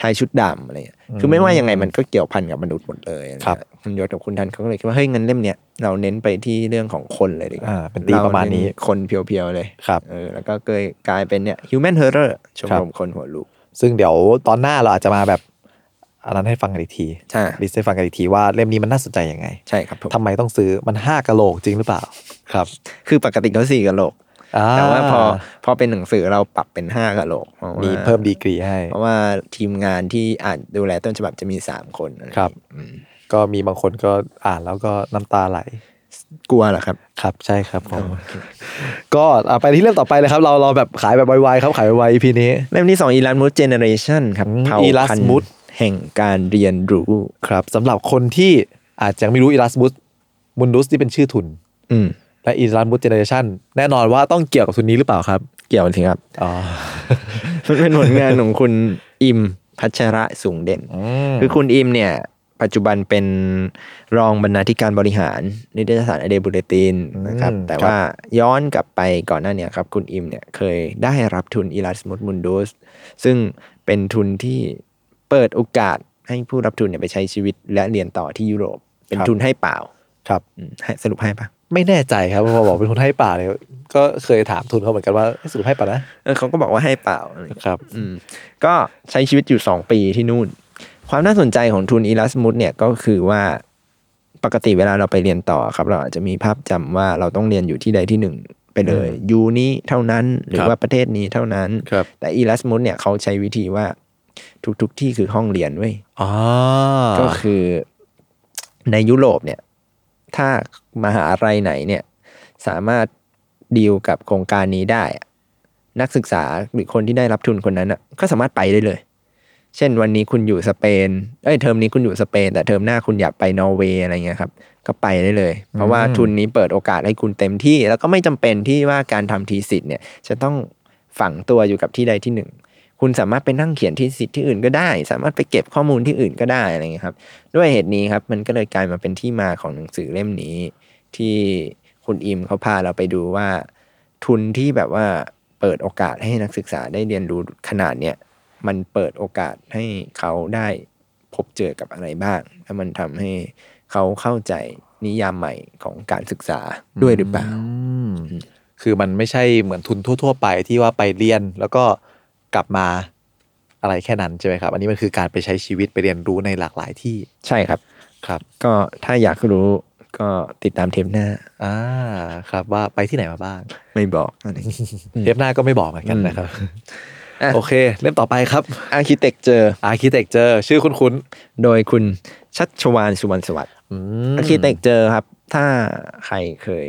Speaker 3: ชายชุดดำอะไรเงี้ยคือไม่ว่ายังไงมันก็เกี่ยวพันกับมนุษย์หมดเลยอะไเงี้ย
Speaker 2: ครับ
Speaker 3: คุณยศกับคุณทันเขาก็เลยคิดว่าเฮ้ยเงินเล่มเนี้ยเราเน้นไปที่เรื่องของคนเลยดีกว่า
Speaker 2: อ่าเป็นธีมประมาณนี้
Speaker 3: เเคนเพียวๆเลย
Speaker 2: ครับ
Speaker 3: เออแล้วก็เกยกลายเป็นเนี่ย human horror ชม
Speaker 2: ครั
Speaker 3: ร
Speaker 2: บ
Speaker 3: มคนหัวลุก
Speaker 2: ซึ่งเดี๋ยวตอนหน้าเราอาจจะมาแบบอันนั้นให้ฟังกันอีกที
Speaker 3: ใช่
Speaker 2: ลิสต์ให้ฟังกันอีกทีว่าเล่มนี้มันน่าสนใจยังไง
Speaker 3: ใช่ครับผม
Speaker 2: ทำไมต้องซื้อมันห้ากะโหลกจริงหรือเปล่า ครับ
Speaker 3: คือปกติเขาสี่กะโหลก
Speaker 2: อ่
Speaker 3: แต่ว่าพอพอเป็นหนังสือเราปรับเป็นห้ากะโหลกพราะว่า
Speaker 2: มีเพิ่มดีกรีให้
Speaker 3: เพราะว่าทีมงานที่อ่านดูแลต้นฉบับจะมีสามคนอะไ
Speaker 2: ครับ ก็มีบางคนก็อ่านแล้วก็น้ำตาไหล
Speaker 3: กลัวเหรอครับ
Speaker 2: ครับใช่ครับผมก็อ่ะไปที่เรื่องต่อไปเลยครับ เราเราแบบขายแบบไวๆครับขายไวๆพีนี้
Speaker 3: เล่มที่สองอีลานมูดเจเนเรชันครับ
Speaker 2: อืม
Speaker 3: เผ่า
Speaker 2: อีลา
Speaker 3: พัน
Speaker 2: ส
Speaker 3: ธุ์
Speaker 2: มูธ
Speaker 3: แห่งการเรียนรู้
Speaker 2: ครับสำหรับคนที่อาจจะยังไม่รู้อีลัสบุสมุนดุสที่เป็นชื่อทุน
Speaker 3: อืม
Speaker 2: และอีลัสบุสเจเนอเรชันแน่นอนว่าต้องเกี่ยวกับทุนนี้หรือเปล่าครับ
Speaker 3: เกี่ยวกันสิครับ
Speaker 2: อ๋อ
Speaker 3: มันเป็นผลงานของคุณอิมพัชระสูงเด่น
Speaker 2: คื
Speaker 3: คือ อคุณอิมเนี่ย ปัจจุบันเป็นรองบรรณาธิการบริหารนิตยสารอเดบูเลตินนะครับ
Speaker 2: อืม
Speaker 3: แต่ว่าย้อนกลับไปก่อนหน้าเนี่ยครับ คุณอิมเนี่ยเคยได้รับทุนอีลัสมุดมุนดูสซึ่งเป็นทุนที่เปิดโอกาสให้ผู้รับทุนเนี่ยไปใช้ชีวิตและเรียนต่อที่ยุโรป เป็นทุนให้เปล่า
Speaker 2: ครับ
Speaker 3: อืมให้สรุปให้ปะ
Speaker 2: ไม่แน่ใจครับพอบอกเป็นทุนให้ป่าเลยก็เคยถามทุนเขาเหมือนกันว่าเอ๊ะสรุปให้ป่านะ
Speaker 3: เออเขาก็บอกว่าให้เปล่าอะไรอย่างเงี้ย
Speaker 2: ครับ
Speaker 3: อืมก็ใช้ชีวิตอยู่ 2 ปีที่นู่น ความน่าสนใจของทุนอีลัสมุดเนี่ยก็คือว่าปกติเวลาเราไปเรียนต่อครับ เราอาจจะมีภาพจำว่าเราต้องเรียนอยู่ที่ใดที่หนึ่งไปเลยยูนี้เท่านั้นหรือ
Speaker 2: ครับ
Speaker 3: ว่าประเทศนี้เท่านั้น
Speaker 2: ครับ
Speaker 3: แต่อีลัสมุดเนี่ยเขาใช้วิธีว่าทุกๆที่คือห้องเรียนเว้ย
Speaker 2: อ๋อ
Speaker 3: ก็คือในยุโรปเนี่ย ถ้ามหาลัยไหนเนี่ย สามารถดีลกับโครงการนี้ได้อะนักศึกษาหรือคนที่ได้รับทุนคนนั้นอะก็สามารถไปได้เลย เช่นวันนี้คุณอยู่สเปนเอ้ยเทอมนี้คุณอยู่สเปน แต่เทอมหน้าคุณอยากไปนอร์เวย์อะไรเงี้ยครับก็ไปได้เลย เพราะว่าทุนนี้เปิดโอกาสให้คุณเต็มที่ แล้วก็ไม่จำเป็นที่ว่าการทำทีสิทธิ์เนี่ย จะต้องฝังตัวอยู่กับที่ใดที่หนึ่ง คุณสามารถไปนั่งเขียนที่สิทธิ์ที่อื่นก็ได้ สามารถไปเก็บข้อมูลที่อื่นก็ได้อะไรเงี้ยครับ ด้วยเหตุนี้ครับ มันก็เลยกลายมาเป็นที่มาของหนังสือเล่มนี้ ที่คุณอิมเขาพาเราไปดูว่า ทุนที่แบบว่าเปิดโอกาสให้นักศึกษาได้เรียนรู้ขนาดเนี้ยมันเปิดโอกาสให้เขาได้พบเจอกับอะไรบ้าง แล้วมันทำให้เขาเข้าใจนิยามใหม่ของการศึกษาด้วยหรือเปล่า
Speaker 2: คือมันไม่ใช่เหมือนทุนทั่ว ๆ ไปที่ว่าไปเรียนแล้วก็กลับมาอะไรแค่นั้นใช่ไหมครับ อันนี้มันคือการไปใช้ชีวิตไปเรียนรู้ในหลากหลายที่
Speaker 3: ใช่ครับ
Speaker 2: ครับ
Speaker 3: ก็ถ้าอยากรู้ก็ติดตามเทปหน้า
Speaker 2: อ่าครับว่าไปที่ไหนมาบ้าง
Speaker 3: ไม่บอกอะไร
Speaker 2: เทปหน้าก็ไม่บอกเหมือนกันนะครับ
Speaker 3: อ่ะ
Speaker 2: โอเคเล่มต่อไปครับ
Speaker 3: อาร์คิเต็กเจอ
Speaker 2: Architecture ชื่อคุ้น
Speaker 3: (laughs) โดยคุณชัชวานสุวรรณสวัสดิ์
Speaker 2: ๆอืม
Speaker 3: อาร์คิเต็กเจอครับ ถ้าใครเคย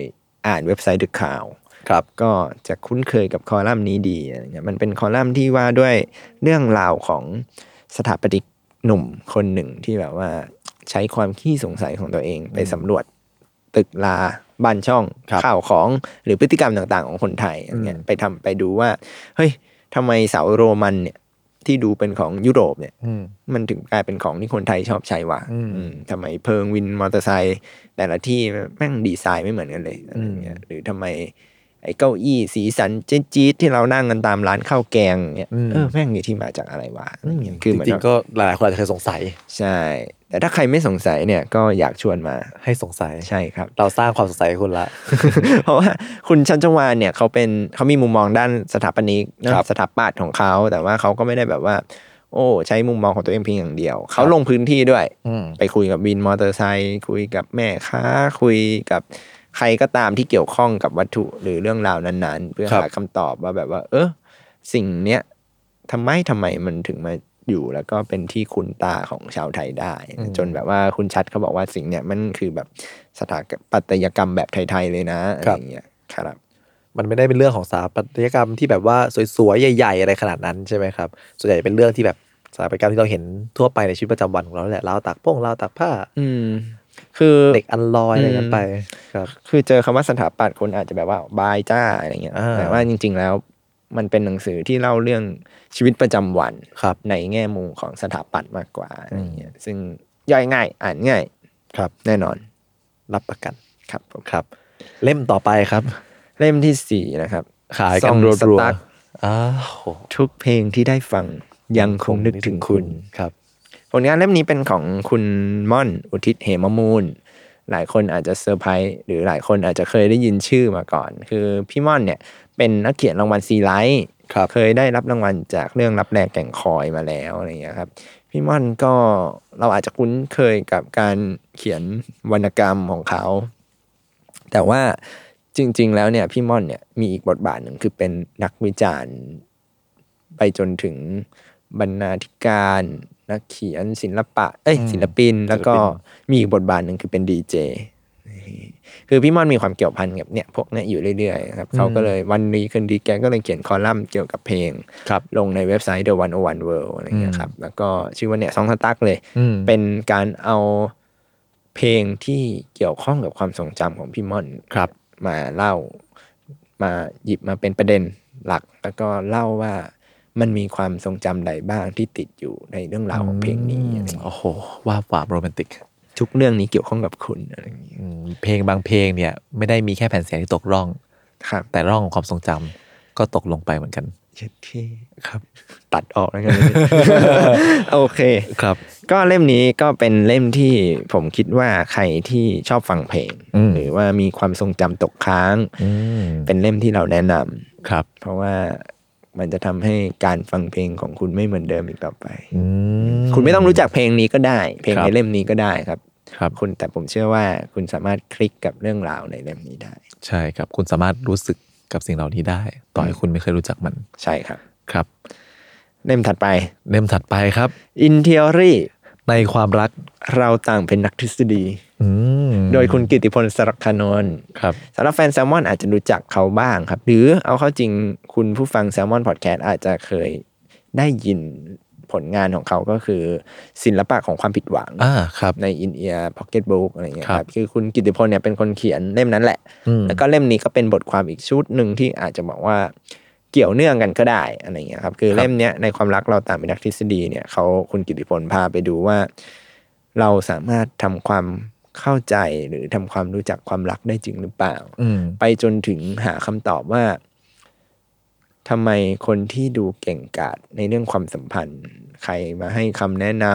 Speaker 3: อ่านเว็บไซต์ดึกข่าว
Speaker 2: ครับ
Speaker 3: ก็จะคุ้นเคยกับคอลัมน์นี้ดีอะไรเงี้ยมันเป็นคอลัมน์ที่ว่าด้วยเรื่องราวของสถาปนิกหนุ่มคนหนึ่งที่แบบว่าใช้ความขี้สงสัยของตัวเองไปสำรวจตึกลาบ้านช่องข่าวของหรือพฤติกรรมต่างๆ ของคนไทยอะไรเงี้ยไปทำไปดูว่า เฮ้ยทำไมเสาโรมันเนี่ยที่ดูเป็นของยุโรปเนี่ย
Speaker 2: อืม
Speaker 3: มันถึงกลายเป็นของที่คนไทยชอบใช้วะ
Speaker 2: อืม
Speaker 3: อืมทำไมเพิงวินมอเตอร์ไซค์แต่ละที่แม่งดีไซน์ไม่เหมือนกันเลยอะไรเงี้ยหรือทำไม ไอ้เก้าอี้สีสันจี๊ดๆที่เรานั่งกันตามร้านข้าวแกงเนี่ย
Speaker 2: อืม
Speaker 3: เออแม่งมีที่มาจากอะไรวะอะไรเงี้ย
Speaker 2: จ
Speaker 3: คือเหมือน
Speaker 2: ริงๆก็หลายๆคนอาจจะเคยสงสัย
Speaker 3: ใช่ แต่ถ้าใครไม่สงสัยเนี่ยก็อยากชวนมา
Speaker 2: ให้สงสัย
Speaker 3: ใช่ครับ (laughs)
Speaker 2: เราสร้างความสงสัยให้คุณละ
Speaker 3: เพราะว่าคุณชันจงวานเนี่ยเขาเป็นเขามีมุมมองด้านสถาปนิกนะครับ สถาปัตย์ของเขาแต่ว่าเขาก็ไม่ได้แบบว่า โอ้ใช้มุมมองของตัวเองเพียงอย่างเดียว เขาลงพื้นที่ด้วย
Speaker 2: อืม
Speaker 3: ไปคุยกับวินมอเตอร์ไซค์คุยกับแม่ค้า คุยกับใครก็ตามที่เกี่ยวข้องกับวัตถุหรือเรื่องราวนั้นๆ เพื่อ
Speaker 2: ครับ
Speaker 3: หาคำตอบว่าแบบว่า เออสิ่งเนี้ยทำไมทำไมมันถึงมาอยู่แล้วก็เป็นที่คุ้นตาของชาวไทยได้ จนแบบว่าคุณชัดเขาบอกว่าสิ่งเนี้ยมันคือแบบสถาปัตยกรรมแบบไทยๆเลยนะอะไรอย่างเงี้ยครับ
Speaker 2: มันไม่ได้เป็นเรื่องของสถาปัตยกรรมที่แบบว่าสวยๆ ใหญ่ ๆ อะไรขนาดนั้นใช่ไหมครับ ส่วนใหญ่เป็นเรื่องที่แบบสถาปัตยกรรมที่เราเห็นทั่วไปในชีวิตประจำวันของเราแหละราวตากโป้งราวตากผ้า
Speaker 3: อืม คือ
Speaker 2: เด็กอันลอยอะไรกันไปครับ
Speaker 3: คือเจอคำว่าสถาปัตย์คนอาจจะแบบว่าบายจ้าอะไรเงี้ย
Speaker 2: อ่า
Speaker 3: แต่ว่าจริง ๆ แล้ว มันเป็นหนังสือที่เล่าเรื่องชีวิตประจำวัน
Speaker 2: ครับ
Speaker 3: ในแง่มุมของสถาปัตย์มากกว่าอะไรเงี้ยซึ่งย่อยง่าย อ่านง่าย
Speaker 2: ครับ
Speaker 3: แน่นอน
Speaker 2: รับประกัน
Speaker 3: ครับผม
Speaker 2: ครับ เล่มต่อไปครับ
Speaker 3: เล่มที่สี่นะครับ
Speaker 2: ขายกัน
Speaker 3: ซ
Speaker 2: รั
Speaker 3: อ
Speaker 2: ว
Speaker 3: งส
Speaker 2: ๆ
Speaker 3: ตั๊ก
Speaker 2: อ้าว
Speaker 3: ทุกเพลงที่ได้ฟังยังคงนึกถึงคุณ
Speaker 2: ครับ
Speaker 3: ผลงานเล่มนี้เป็นของคุณม่อนอุทิศเหมมูล หลายคนอาจจะเซอร์ไพรส์หรือหลายคนอาจจะเคยได้ยินชื่อมาก่อน คือพี่ม่อนเนี่ยเป็นนักเขียนรางวัลซีไลท์
Speaker 2: ครับ
Speaker 3: เคยได้รับรางวัลจากเรื่องรับแรงแก่งคอยมาแล้วอะไรอย่างเงี้ยครับพี่ม่อนก็เราอาจจะคุ้นเคยกับการเขียนวรรณกรรมของเขา แต่ว่าจริง ๆ แล้วเนี่ยพี่ม่อนเนี่ยมีอีกบทบาทหนึ่งคือเป็นนักวิจารณ์ ไปจนถึงบรรณาธิการนักเขียนศิลปะ เอ้ยศิลปินแล้วก็
Speaker 2: ศิลปิ
Speaker 3: มีอีกบทบาทหนึ่งคือเป็นดีเจ คือพี่ม่อนมีความเกี่ยวพันกับเนี่ยพวกเนี้ยอยู่เรื่อยๆครับเขาก็เลยวันนี้คืนดีแกก็เลยเขียนคอลัมน์เกี่ยวกับเพลง
Speaker 2: ครับ
Speaker 3: ลงในเว็บไซต์ The 101 World อะไรเงี้ยครับแล้วก็ชื่อว่าเนี่ยซองสตั๊กเลย
Speaker 2: อืม
Speaker 3: เป็นการเอาเพลงที่เกี่ยวข้องกับความทรงจำของพี่ม่อน
Speaker 2: ครับ
Speaker 3: มาเล่ามาหยิบมาเป็นประเด็นหลัก แล้วก็เล่าว่ามันมีความทรงจำใดบ้างที่ติดอยู่ในเรื่องราวของเพลงนี้อะไรอย่างเงี้ย
Speaker 2: โอ้โหว่าบวามโรแมนติก
Speaker 3: ทุกเรื่องนี้เกี่ยวข้องกับคุณอะไรอย่างเงี้ย
Speaker 2: อืมเพลงบางเพลงเนี่ย ไม่ได้มีแค่แผ่นเสียงที่ตกร่อง (laughs)
Speaker 3: ครับ
Speaker 2: แต่ร่องของความทรงจำก็ตกลงไปเหมือนกัน
Speaker 3: เช็ดที่
Speaker 2: ครับ
Speaker 3: ตัดออกแล้วกัน โอเค
Speaker 2: ครับ
Speaker 3: ก็เล่มนี้ก็เป็นเล่มที่ผมคิดว่าใครที่ชอบฟังเพลง
Speaker 2: อืม
Speaker 3: หรือว่ามีความทรงจำตกค้าง
Speaker 2: อืม
Speaker 3: เป็นเล่มที่เราแนะนำ
Speaker 2: ครับ
Speaker 3: เพราะว่ามันจะทำให้การฟังเพลงของคุณไม่เหมือนเดิมอีกต่อไป
Speaker 2: อืม
Speaker 3: คุณไม่ต้องรู้จักเพลงนี้ก็ได้ เพลง
Speaker 2: ครับ
Speaker 3: ในเล่มนี้ก็ได้ครับ
Speaker 2: ครับ
Speaker 3: คุณแต่ผมเชื่อว่าคุณสามารถคลิกกับเรื่องราวในเล่มนี้ได้
Speaker 2: ใช่ครับ คุณสามารถรู้สึกกับสิ่งเหล่านี้ได้ ต่อให้คุณไม่เคยรู้จักมัน
Speaker 3: ใช่ครับ
Speaker 2: ครับ
Speaker 3: เล่มถัดไป
Speaker 2: เล่มถัดไปครับ
Speaker 3: In Theory
Speaker 2: ในความรัก
Speaker 3: เราต่างเป็นนักทฤษฎี
Speaker 2: อืม
Speaker 3: โดยคุณกิติพลสรักคานนท์
Speaker 2: ครับ
Speaker 3: สำหรับแฟนแซลมอนอาจจะรู้จักเขาบ้างครับ หรือเอาเข้าจริงคุณผู้ฟังแซลมอนพอดแคสต์อาจจะเคยได้ยินผลงานของเขาก็คือ ศิลปะของความผิดหวัง
Speaker 2: อ่าครับ
Speaker 3: ใน In Ear Pocket Book อะไรอย่างเงี้ยค
Speaker 2: ครั
Speaker 3: รับบ คือคุณกิติพลเนี่ยเป็นคนเขียนเล่มนั้นแหละ
Speaker 2: อืม
Speaker 3: แล้วก็เล่มนี้ก็เป็นบทความอีกชุดหนึ่งที่อาจจะบอกว่าเกี่ยวเนื่องกันก็ได้อะไรอย่างเงี้ยครับคือเล่มเนี้ยในความรักเราต่างเป็นนักทฤษฎีเนี่ยเขาคุณกิติพลพาไปดูว่า เราสามารถทำความ เข้าใจหรือทำความรู้จักความรักได้จริงหรือเปล่า
Speaker 2: อืม
Speaker 3: ไปจนถึงหาคำตอบว่าทำไมคนที่ดูเก่งกาจในเรื่องความสัมพันธ์ ใครมาให้คำแนะน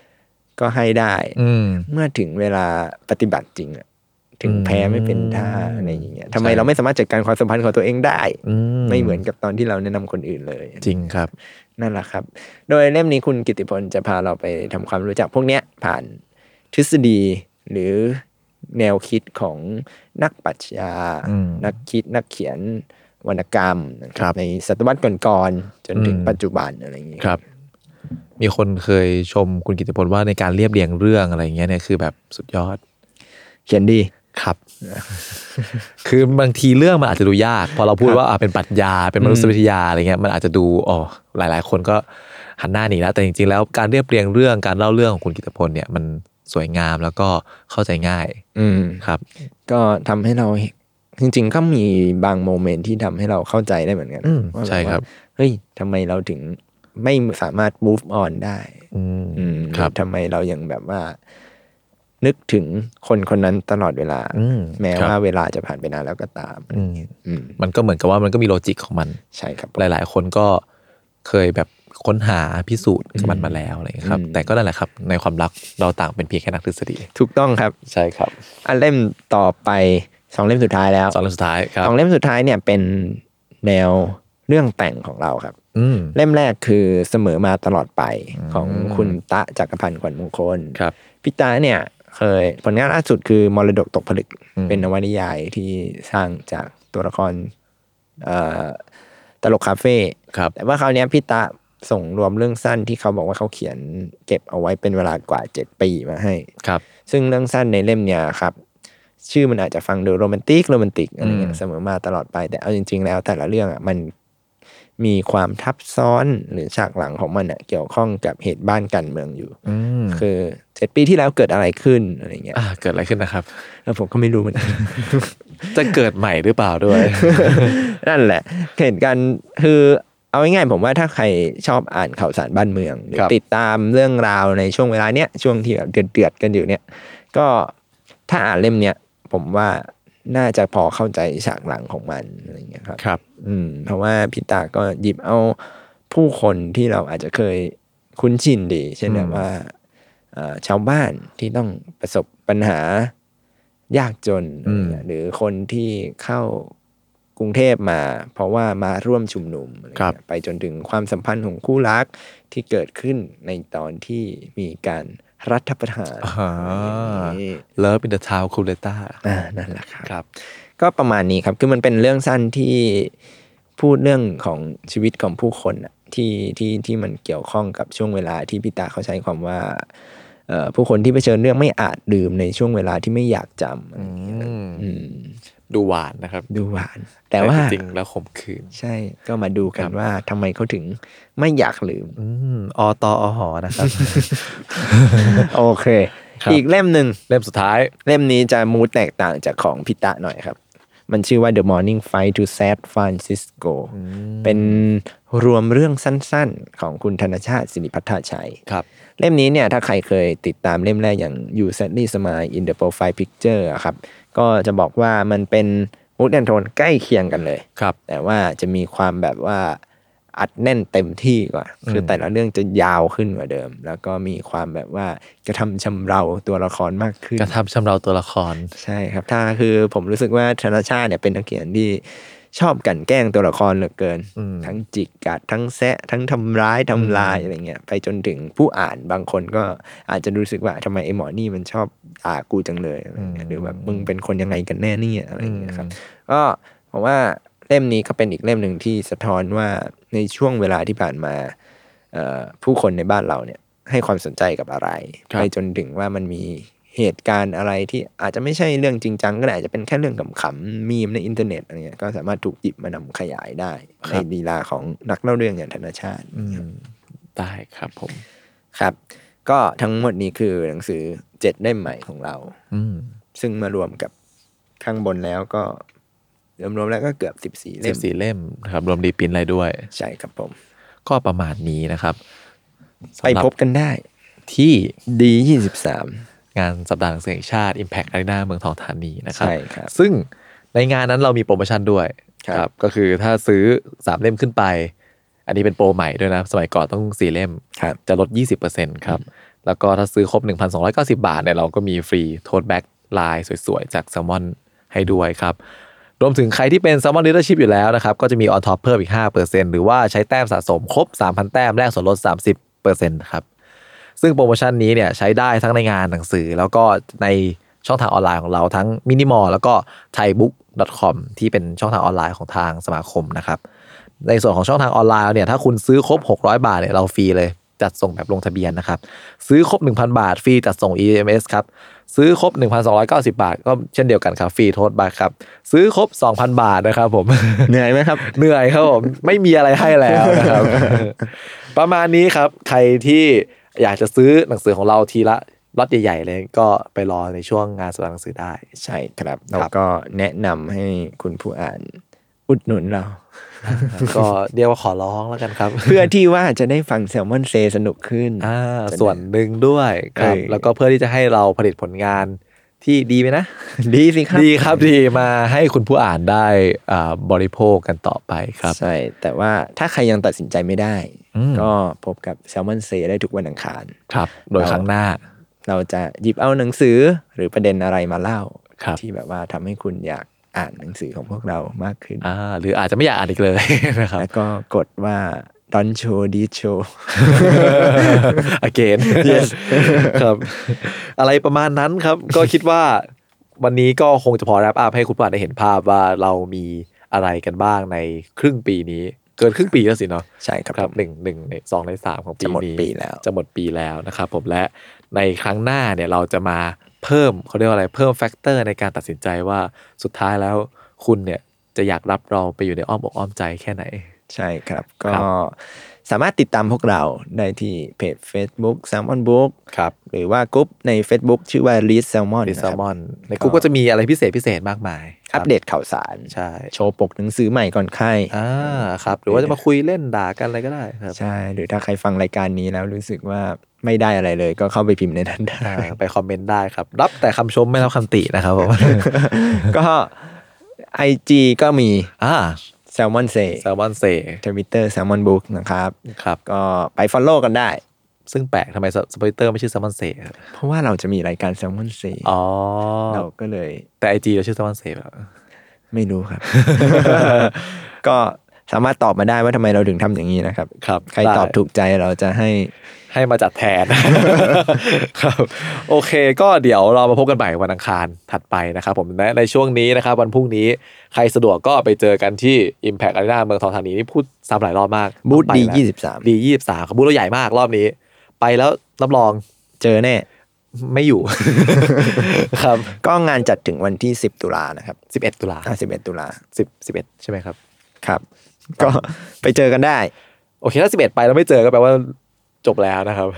Speaker 3: ำก็ให้ได้
Speaker 2: อืม
Speaker 3: เมื่อถึงเวลาปฏิบัติจริงอะถึงแพ้ไม่เป็นท่า
Speaker 2: อืม
Speaker 3: อะไรอย่างเงี้ยทำไมเราไม่สามารถจัดการความสัมพันธ์ของตัวเองได้ ไม่เหมือนกับตอนที่เราแนะนำคนอื่นเลย
Speaker 2: จริงครับ
Speaker 3: นั่นแหละครับ โดยเล่มนี้คุณกิติพลจะพาเราไปทำความรู้จักพวกเนี้ยผ่านทฤษฎีหรือแนวคิดของนักปรัชญา
Speaker 2: อืม
Speaker 3: นักคิดนักเขียนวรรณกรรมนะค
Speaker 2: ครั
Speaker 3: รับบ ในศตวรรษก่อนๆจนถึง
Speaker 2: อืม
Speaker 3: ปัจจุบันอะไรอย่างเงี้ย
Speaker 2: ครับ มีคนเคยชมคุณกิติพลว่าในการเรียบเรียงเรื่องอะไรอย่างเงี้ยเนี่ยคือแบบสุดยอด
Speaker 3: เขียนดี
Speaker 2: ครับ คือบางทีเรื่องมันอาจจะดูยาก พอเราพูดว่าอ่ะเป็นปรัชญา เป็นมนุษยวิทยาอะไรเงี้ย มันอาจจะดูอ๋อหลาย ๆ คนก็หันหน้าหนีแล้ว แต่จริง ๆ แล้วการเรียบเรียงเรื่อง การเล่าเรื่องของคุณกิตพลเนี่ย มันสวยงามแล้วก็เข้าใจง่าย
Speaker 3: อืม
Speaker 2: ครับ
Speaker 3: ก็ทำให้เราเห็นจริง ๆ ก็มีบางโมเมนต์ที่ทำให้เราเข้าใจได้เหมือนกัน
Speaker 2: อืม
Speaker 3: ว่าแ
Speaker 2: ใช่ครับ
Speaker 3: ว่าเฮ้ยทำไมเราถึงไม่สามารถ move on ได้
Speaker 2: อืม
Speaker 3: อืม
Speaker 2: ครับ
Speaker 3: ทำไมเรายังแบบว่า นึกถึงคนคนนั้นตลอดเวลา
Speaker 2: อืม
Speaker 3: แม้
Speaker 2: ครับ
Speaker 3: ว่าเวลาจะผ่านไปนานแล้วก็ตาม
Speaker 2: อืม
Speaker 3: อืม
Speaker 2: มันก็เหมือนกับว่ามันก็มีโลจิกของมัน
Speaker 3: ใช่ครับผม
Speaker 2: หลาย ๆ คนก็เคยแบบค้นหาพิสูจน์กับมันมาแล้วอะไรเงี้ยครับ
Speaker 3: อืม
Speaker 2: แต่ก็นั่นแหละครับ ในความรักเราต่างเป็นเพียงแค่นักทฤษฎี
Speaker 3: ถูกต้องครับ
Speaker 2: ใช่ครับ
Speaker 3: อันเล่มต่อไปสองเล่มสุดท้ายแล้ว
Speaker 2: สองเรื่องสุดท้ายครับ
Speaker 3: สองเล่มสุดท้ายเนี่ยเป็นแนวเรื่องแต่งของเราครับ
Speaker 2: อืม
Speaker 3: เล่มแรกคือเสมอมาตลอดไป
Speaker 2: อืม
Speaker 3: ของคุณตะจักรพันธ์ขวัญมงคล
Speaker 2: ครับ
Speaker 3: พี่ตะเนี่ย เคย ผลงานล่าสุดคือมรดกตกผลึก
Speaker 2: อืม
Speaker 3: เป็นนวนิยายที่สร้างจากตัวละครเอ่อตลกคาเฟ่
Speaker 2: ครับ
Speaker 3: แต่ว่าคราวเนี้ยพี่ตะส่งรวมเรื่องสั้นที่เขาบอกว่าเขาเขียนเก็บเอาไว้เป็นเวลากว่าเจ็ดปีมาให้
Speaker 2: ครับ
Speaker 3: ซึ่งเรื่องสั้นในเล่มเนี่ยครับ ชื่อมันอาจจะฟังดูโรแมนติกโรแมนติกอะไรเงี้
Speaker 2: อื
Speaker 3: ย
Speaker 2: ม
Speaker 3: เสมอมาตลอดไป แต่เอาจริง ๆ แล้วแต่ละเรื่องอ่ะมันมีความทับซ้อนหรือฉากหลังของมันอ่ะเกี่ยวข้องกับเหตุบ้านการเมืองอยู่
Speaker 2: อืม
Speaker 3: คือเจ็ดปีที่แล้วเกิดอะไรขึ้นอะไรเงี้ย
Speaker 2: อ่าเกิดอะไรขึ้นนะครับ
Speaker 3: แล้วผมก็ไม่รู้เหมือนกัน
Speaker 2: จะเกิดใหม่หรือเปล่าด้วย
Speaker 3: นั่นแหละเห็นกันคือเอาง่ายๆผมว่าถ้าใครชอบอ่านข่าวสารบ้านเมืองหรือ
Speaker 2: ครับ
Speaker 3: ติดตามเรื่องราวในช่วงเวลาเนี้ยช่วงที่แบบเดือดๆกันอยู่เนี่ย ก็ถ้าอ่านเล่มเนี้ยผมว่าน่าจะพอเข้าใจฉากหลังของมันอะไรอย่างเงี้ยครับ
Speaker 2: ครับ
Speaker 3: อืม เพราะว่าพี่ตาก็หยิบเอาผู้คนที่เราอาจจะเคยคุ้นชินดี เช่นแบบว่าเอ่อชาวบ้านที่ต้องประสบปัญหายากจน
Speaker 2: อืม
Speaker 3: อะไรเงี้ยหรือคนที่เข้ากรุงเทพมา เพราะว่ามาร่วมชุมนุมอะไรเงี้ยไปจนถึงความสัมพันธ์ของคู่รักที่เกิดขึ้นในตอนที่มีการรัฐประหาร
Speaker 2: อ่า
Speaker 3: อะไรอย่างงี้
Speaker 2: Love in the Town c o l e t a
Speaker 3: อ่านั่นแหละครับ
Speaker 2: ครับ
Speaker 3: ก็ประมาณนี้ครับ คือมันเป็นเรื่องสั้นที่พูดเรื่องของชีวิตของผู้คนน่ะที่ที่ที่มันเกี่ยวข้องกับช่วงเวลาที่พี่ตาเขาใช้ความว่าเอ่อผู้คนที่เผชิญเรื่องไม่อาจลืมในช่วงเวลาที่ไม่อยากจำอะไรอย่างเงี้ย
Speaker 2: อืม
Speaker 3: อืม
Speaker 2: ดูหวานนะครับ
Speaker 3: ดูหวาน แต่ว่า
Speaker 2: จริงๆแล้วขมขื่น
Speaker 3: ใช่ก็มาดูกั
Speaker 2: คน รับ
Speaker 3: ว่าทำไมเขาถึงไม่อยากลืม
Speaker 2: อืมอตอหอนะครับ
Speaker 3: โอเค
Speaker 2: ครับ
Speaker 3: อีกเล่มหนึ่ง
Speaker 2: เล่มสุดท้าย
Speaker 3: เล่มนี้จะมูดแตกต่างจากของพิตะหน่อยครับ มันชื่อว่า The Morning Flight to San Francisco เป็นรวมเรื่องสั้นๆ ของคุณธนชาติสิริพัฒนาชัย
Speaker 2: ครับ
Speaker 3: เล่มนี้เนี่ยถ้าใครเคยติดตามเล่มแรกอย่าง You Sadly Smile in the Profile Picture อะครับ ก็จะบอกว่ามันเป็นมูดแอนโทนใกล้เคียงกันเลย
Speaker 2: ครับ
Speaker 3: แต่ว่าจะมีความแบบว่าอัดแน่นเต็มที่กว่า คือแต่ละเรื่องจะยาวขึ้นกว่าเดิม แล้วก็มีความแบบว่ากระทำชำเราตัวละครมากขึ้น
Speaker 2: กระทำชำเราตัวละคร
Speaker 3: ใช่ครับ ถ้าคือผมรู้สึกว่าธนชาติเนี่ยเป็นนักเขียนที่ชอบกลันแกล้งตัวละครเหลือเกิน
Speaker 2: อืม
Speaker 3: ทั้งจิกกัดทั้งแซะ ทั้งทำร้ายทำลายอะไรเงี้ยไปจนถึงผู้อ่านบางคนก็อาจจะรู้สึกว่าทำไมไอ้หมอนี่มันชอบด่ากูจังเลยอะไรเงี้ยหรือแบบมึงเป็นคนยังไงกันแน่เนี่ยอะไรเงี้ยครับก็ผมว่าเล่มนี้ก็เป็นอีกเล่มหนึ่งที่สะท้อนว่าในช่วงเวลาที่ผ่านมาเอ่อผู้คนในบ้านเราเนี่ย ให้ความสนใจกับอะไร
Speaker 2: ครับ
Speaker 3: ไปจนถึงว่ามันมีเหตุการณ์อะไรที่อาจจะไม่ใช่เรื่องจริงจังก็ได้อาจจะเป็นแค่เรื่องขำๆมีมในอินเทอร์เน็ตอะไรเงี้ยก็สามารถถูกหยิบมานำขยายได้ ในลีลาของนักเล่าเรื่องอย่างธนชาติ
Speaker 2: อืมได้ครับผม
Speaker 3: ครับ ก็ทั้งหมดนี้คือหนังสือเจ็ดเล่มใหม่ของเรา
Speaker 2: อืม
Speaker 3: ซึ่งมารวมกับข้างบนแล้วก็รวมๆแล้วก็เกือบสิบสี่
Speaker 2: สิ
Speaker 3: เล่
Speaker 2: บ
Speaker 3: ม
Speaker 2: สี่เล่มนะครับ รวมรีปรินท์อะไรด้วย
Speaker 3: ใช่ครับผม
Speaker 2: ก็ประมาณนี้นะครับ
Speaker 3: ไป
Speaker 2: สำหรับ
Speaker 3: พบกันได้
Speaker 2: ที่
Speaker 3: ดียี่สิบสาม
Speaker 2: งานสัปดาห์หนังสือแห่งชาติ Impact Arena เมืองทองธานีนะครับ
Speaker 3: ใช่ครับ
Speaker 2: ซึ่งในงานนั้นเรามีโปรโมชั่นด้วย
Speaker 3: ครับ
Speaker 2: ก็คือถ้าซื้อ 3 เล่มขึ้นไป อันนี้เป็นโปรใหม่ด้วยนะ สมัยก่อนต้อง 4 เล่ม
Speaker 3: ครับ
Speaker 2: จะลด 20%ครับ แล้วก็ถ้าซื้อครบ 1,290 บาทเนี่ยเราก็มีฟรีโทษแบ็กลายสวยๆ จาก s ซ l m o n ให้ด้วยครับ รวมถึงใครที่เป็น s ซ l m o n Leadership อยู่แล้วนะครับ ก็จะมีออนท็อปเพิ่มอีก 5%หรือว่าใช้แต้มสะสมครบ 3,000 แต้มแลกส่วนลด 30%ครับ ซึ่งโปรโมชั่นนี้เนี่ยใช้ได้ทั้งในงานหนังสือ แล้วก็ในช่องทางออนไลน์ของเราทั้งมินิมอลแล้วก็ thaibook.com ที่เป็นช่องทางออนไลน์ของทางสมาคมนะครับ ในส่วนของช่องทางออนไลน์เนี่ยถ้าคุณซื้อครบ 600 บาทเนี่ยเราฟรีเลยจัดส่งแบบลงทะเบียนนะครับ ซื้อครบ 1,000 บาทฟรีจัดส่ง EMS ครับ ซื้อครบ 1,290 บาท ก็เช่นเดียวกันครับฟรีโทษบัตรครับ ซื้อครบ 2,000 บาทนะครับผม
Speaker 3: เหนื่อยไหมครับ
Speaker 2: เหนื่อยครับผม ไม่มีอะไรให้แล้ว (laughs) นะครับ ประมาณนี้ครับ ใครที่อยากจะซื้อหนังสือของเราทีละล็อตใหญ่ ๆ เลยก็ไปรอในช่วงงานสำหรับหนังสือได้ (laughs)
Speaker 3: ใช่ครับ เราก็แนะนำให้คุณผู้อ่านอุดหนุน
Speaker 2: (laughs)
Speaker 3: เรา
Speaker 2: ก็เรียกว่าขอร้องแล้วกันครับ
Speaker 3: เพื่อที่ว่าจะได้ฟังแซลมอนเซสนุกขึ้น
Speaker 2: (laughs) อ่า
Speaker 3: จะ
Speaker 2: (laughs) ส่วนหนึ่งด้วยครับ
Speaker 3: เออ
Speaker 2: แล้วก็เพื่อที่จะให้เราผลิตผลงานที่ (laughs) ดีไหมนะ
Speaker 3: ดีสิครับ
Speaker 2: ดีครับดีมาให้คุณผู้อ่านได้อ่าบริโภคกันต่อไปครับ
Speaker 3: ใช่ แต่ว่าถ้าใครยังตัดสินใจไม่ได้
Speaker 2: อืม
Speaker 3: ก็พบกับแซลมอนเซได้ทุกวันอังคาร
Speaker 2: ครับ โดยครั้งหน้า
Speaker 3: เราจะหยิบเอาหนังสือหรือประเด็นอะไรมาเล่า
Speaker 2: ครับ
Speaker 3: ที่แบบว่าทำให้คุณอยากอ่านหนังสือของพวกเรามากขึ้น
Speaker 2: อ่าหรืออาจจะไม่อยากอ่านอีกเลย (laughs) นะครับ
Speaker 3: แล้วก็กดว่าดอนโชดีโช
Speaker 2: (laughs) again yes ครับ อะไรประมาณนั้นครับ ก็คิดว่าวันนี้ก็คงจะพอแรปอัพให้คุณผู้อ่านได้เห็นภาพว่าเรามีอะไรกันบ้างในครึ่งปีนี้ เกินครึ่งปีแล้วสิเนาะ
Speaker 3: ใช่ครับ
Speaker 2: ครับหนึ่งหนึ่งในสองในสามของปี
Speaker 3: จะหมด
Speaker 2: นี้
Speaker 3: ปีแล้ว
Speaker 2: จะหมดปีแล้วนะครับผมและในครั้งหน้าเนี่ยเราจะมาเพิ่มเขาเรียกว่าอะไรเพิ่มแฟกเตอร์ในการตัดสินใจว่าสุดท้ายแล้วคุณเนี่ยจะอยากรับเราไปอยู่ในอ้อมอกอ้อมใจแค่ไหน
Speaker 3: ใช่ครับ
Speaker 2: ครับ
Speaker 3: ก็สามารถติดตามพวกเราได้ที่เพจ Facebook Salmon Book
Speaker 2: ครับ
Speaker 3: หรือว่ากลุ่มใน Facebook ชื่อว่า Read Salmon
Speaker 2: ดิ
Speaker 3: นะ
Speaker 2: ซ
Speaker 3: ครั
Speaker 2: ม
Speaker 3: บ
Speaker 2: อนในกูก็จะมีอะไรพิเศษพิเศษมากมายค
Speaker 3: อั
Speaker 2: รั
Speaker 3: ป
Speaker 2: บ
Speaker 3: เดตข่าวสาร
Speaker 2: ใช่
Speaker 3: โชว์ปกหนังสือใหม่ก่อนใคร
Speaker 2: อ่าครับ หรือว่าจะมาคุยเล่นด่ากันอะไรก็ได้ครับ
Speaker 3: ใช่ หรือถ้าใครฟังรายการนี้แล้วรู้สึกว่าไม่ได้อะไรเลย ก็เข้าไปพิมพ์ในนั้นได้
Speaker 2: อ่าไปคอมเมนต์ได้ครับ รับแต่คำชมไม่รับคำตินะครับผม
Speaker 3: ก็ไอจีก็มี
Speaker 2: อ่า
Speaker 3: แซลมอนเซ
Speaker 2: แซลมอนเซ
Speaker 3: ทวิตเตอร์แซลมอนบุ๊กนะครับ
Speaker 2: ครับ
Speaker 3: ก็ไปฟอลโล่กันได้
Speaker 2: ซึ่งแปลกทำไมสปอยเตอร์ไม่ชื่อแซลมอนเซครับ
Speaker 3: เพราะว่าเราจะมีรายการแซลมอนเซ
Speaker 2: อ๋อ
Speaker 3: เราก็เลย
Speaker 2: แต่ไอจีเราชื่อสมันเซฟอะ
Speaker 3: ไม่รู้ครับ (laughs) ก็สามารถตอบมาได้ว่าทำไมเราถึงทำอย่างนี้นะครับ
Speaker 2: ครับ
Speaker 3: ใครตอบ
Speaker 2: ได้
Speaker 3: ถูกใจเราจะให้
Speaker 2: ให้มาจัดแทน (laughs) ครับ โอเค ก็เดี๋ยวเรามาพบกันใหม่วันอังคารถัดไปนะครับผมและในช่วงนี้นะครับ วันพรุ่งนี้ใครสะดวกก็ไปเจอกันที่ Impact Arena เมืองทองธานีนี่พูดซ้ำหลายรอบมาก
Speaker 3: บูธ
Speaker 2: ไป
Speaker 3: ดี
Speaker 2: แล้ว
Speaker 3: ยี่สิบสาม
Speaker 2: ดียี่สิบสามครับบูธเราใหญ่มากรอบนี้ ไปแล้วรับรอง
Speaker 3: เจอแน่
Speaker 2: ไม่อยู่ (laughs) ครับ
Speaker 3: ก็งานจัดถึงวันที่ 10 ตุลานะครับ
Speaker 2: สิบเอ็ดตุลา
Speaker 3: อ่า11 ตุลา
Speaker 2: สิบสิบเอ็ดใช่ไหมครับ
Speaker 3: ครับ ก็ไปเจอกันได้
Speaker 2: โอเคถ้าสิบเอ็ดไปแล้วไม่เจอก็แปลว่าจบแล้วนะครับ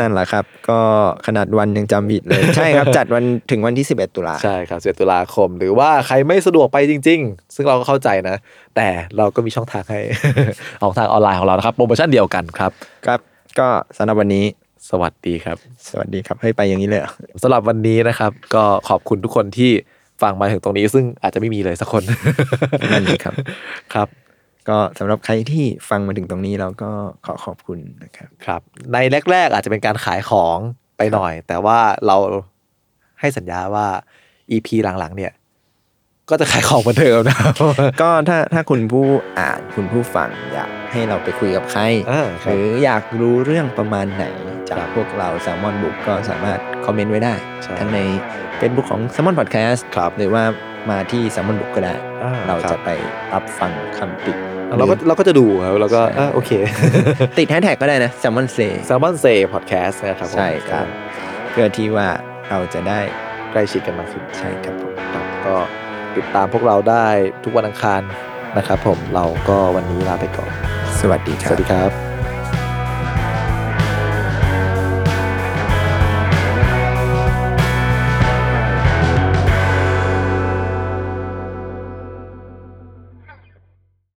Speaker 3: นั่นแหละครับ ก็ขนาดวันยังจำผิด
Speaker 2: (laughs)
Speaker 3: เลย ใช่ครับ จัดวันถึงวันที่ 11 ตุลา
Speaker 2: ใช่ครับ11ตุลาคม หรือว่าใครไม่สะดวกไปจริง ๆ ซึ่งเราก็เข้าใจนะ แต่เราก็มีช่องทางให้ (laughs) ของทางออนไลน์ของเรานะครับ โปรโมชั่นเดียวกันครับ
Speaker 3: ครับ ก็สำหรับวันนี้
Speaker 2: สวัสดีครับ
Speaker 3: สวัสดีครับให้ยไปอย่างนี้เลยเหรอ
Speaker 2: สำหรับวันนี้นะครับ ก็ขอบคุณทุกคนที่ฟังมาถึงตรงนี้ ซึ่งอาจจะไม่มีเลยสักคน
Speaker 3: นั่นเองครับ
Speaker 2: (laughs) ครับ
Speaker 3: ก็สำหรับใครที่ฟังมาถึงตรงนี้เราก็ขอขอบคุณนะครับ
Speaker 2: ครับ ในแรก ๆ อาจจะเป็นการขายของไปหน่อย แต่ว่าเราให้สัญญาว่า EP หลังๆ เนี่ย ก็จะขายของเหมือนเดิมนะครับ (laughs)
Speaker 3: ก็ถ้าถ้าคุณผู้อ่านคุณผู้ฟังอยากให้เราไปคุยกับใคร
Speaker 2: อ่าค
Speaker 3: ห
Speaker 2: รับ
Speaker 3: รืออยากรู้เรื่องประมาณไหน จากพวกเราแซลมอนบุ๊กก็สามารถคอมเมนต์ไว้ได้
Speaker 2: ใช่
Speaker 3: ทั้งใน Facebook ของ s ซ l m o n Podcast
Speaker 2: ครับ
Speaker 3: หรือว่ามาที่ s ซ l m o n Book ก็ได้
Speaker 2: อ่า
Speaker 3: เรา
Speaker 2: ครั
Speaker 3: จะ
Speaker 2: บ
Speaker 3: ไปรับฟังคำติ
Speaker 2: เราก็เราก็จะดูครับแล้วก็อ่ะโอเค (laughs)
Speaker 3: ติดแฮชแท็กก็ได้นะ s ซ l m o n s a y
Speaker 2: แซลมอนเซพอดแคสต์นะครับผม
Speaker 3: ใช่ครับ เพื่อที่ว่าเราจะได้
Speaker 2: ใกล้ชิดกันมากขึ้น
Speaker 3: ใช่ครับผม
Speaker 2: ครับก็ติดตามพวกเราได้ทุกวันอังคารนะครับผมเราก็วันนี้ลาไปก่อน
Speaker 3: สวัสดีค
Speaker 2: ส
Speaker 3: รับ
Speaker 2: วัสดีครับ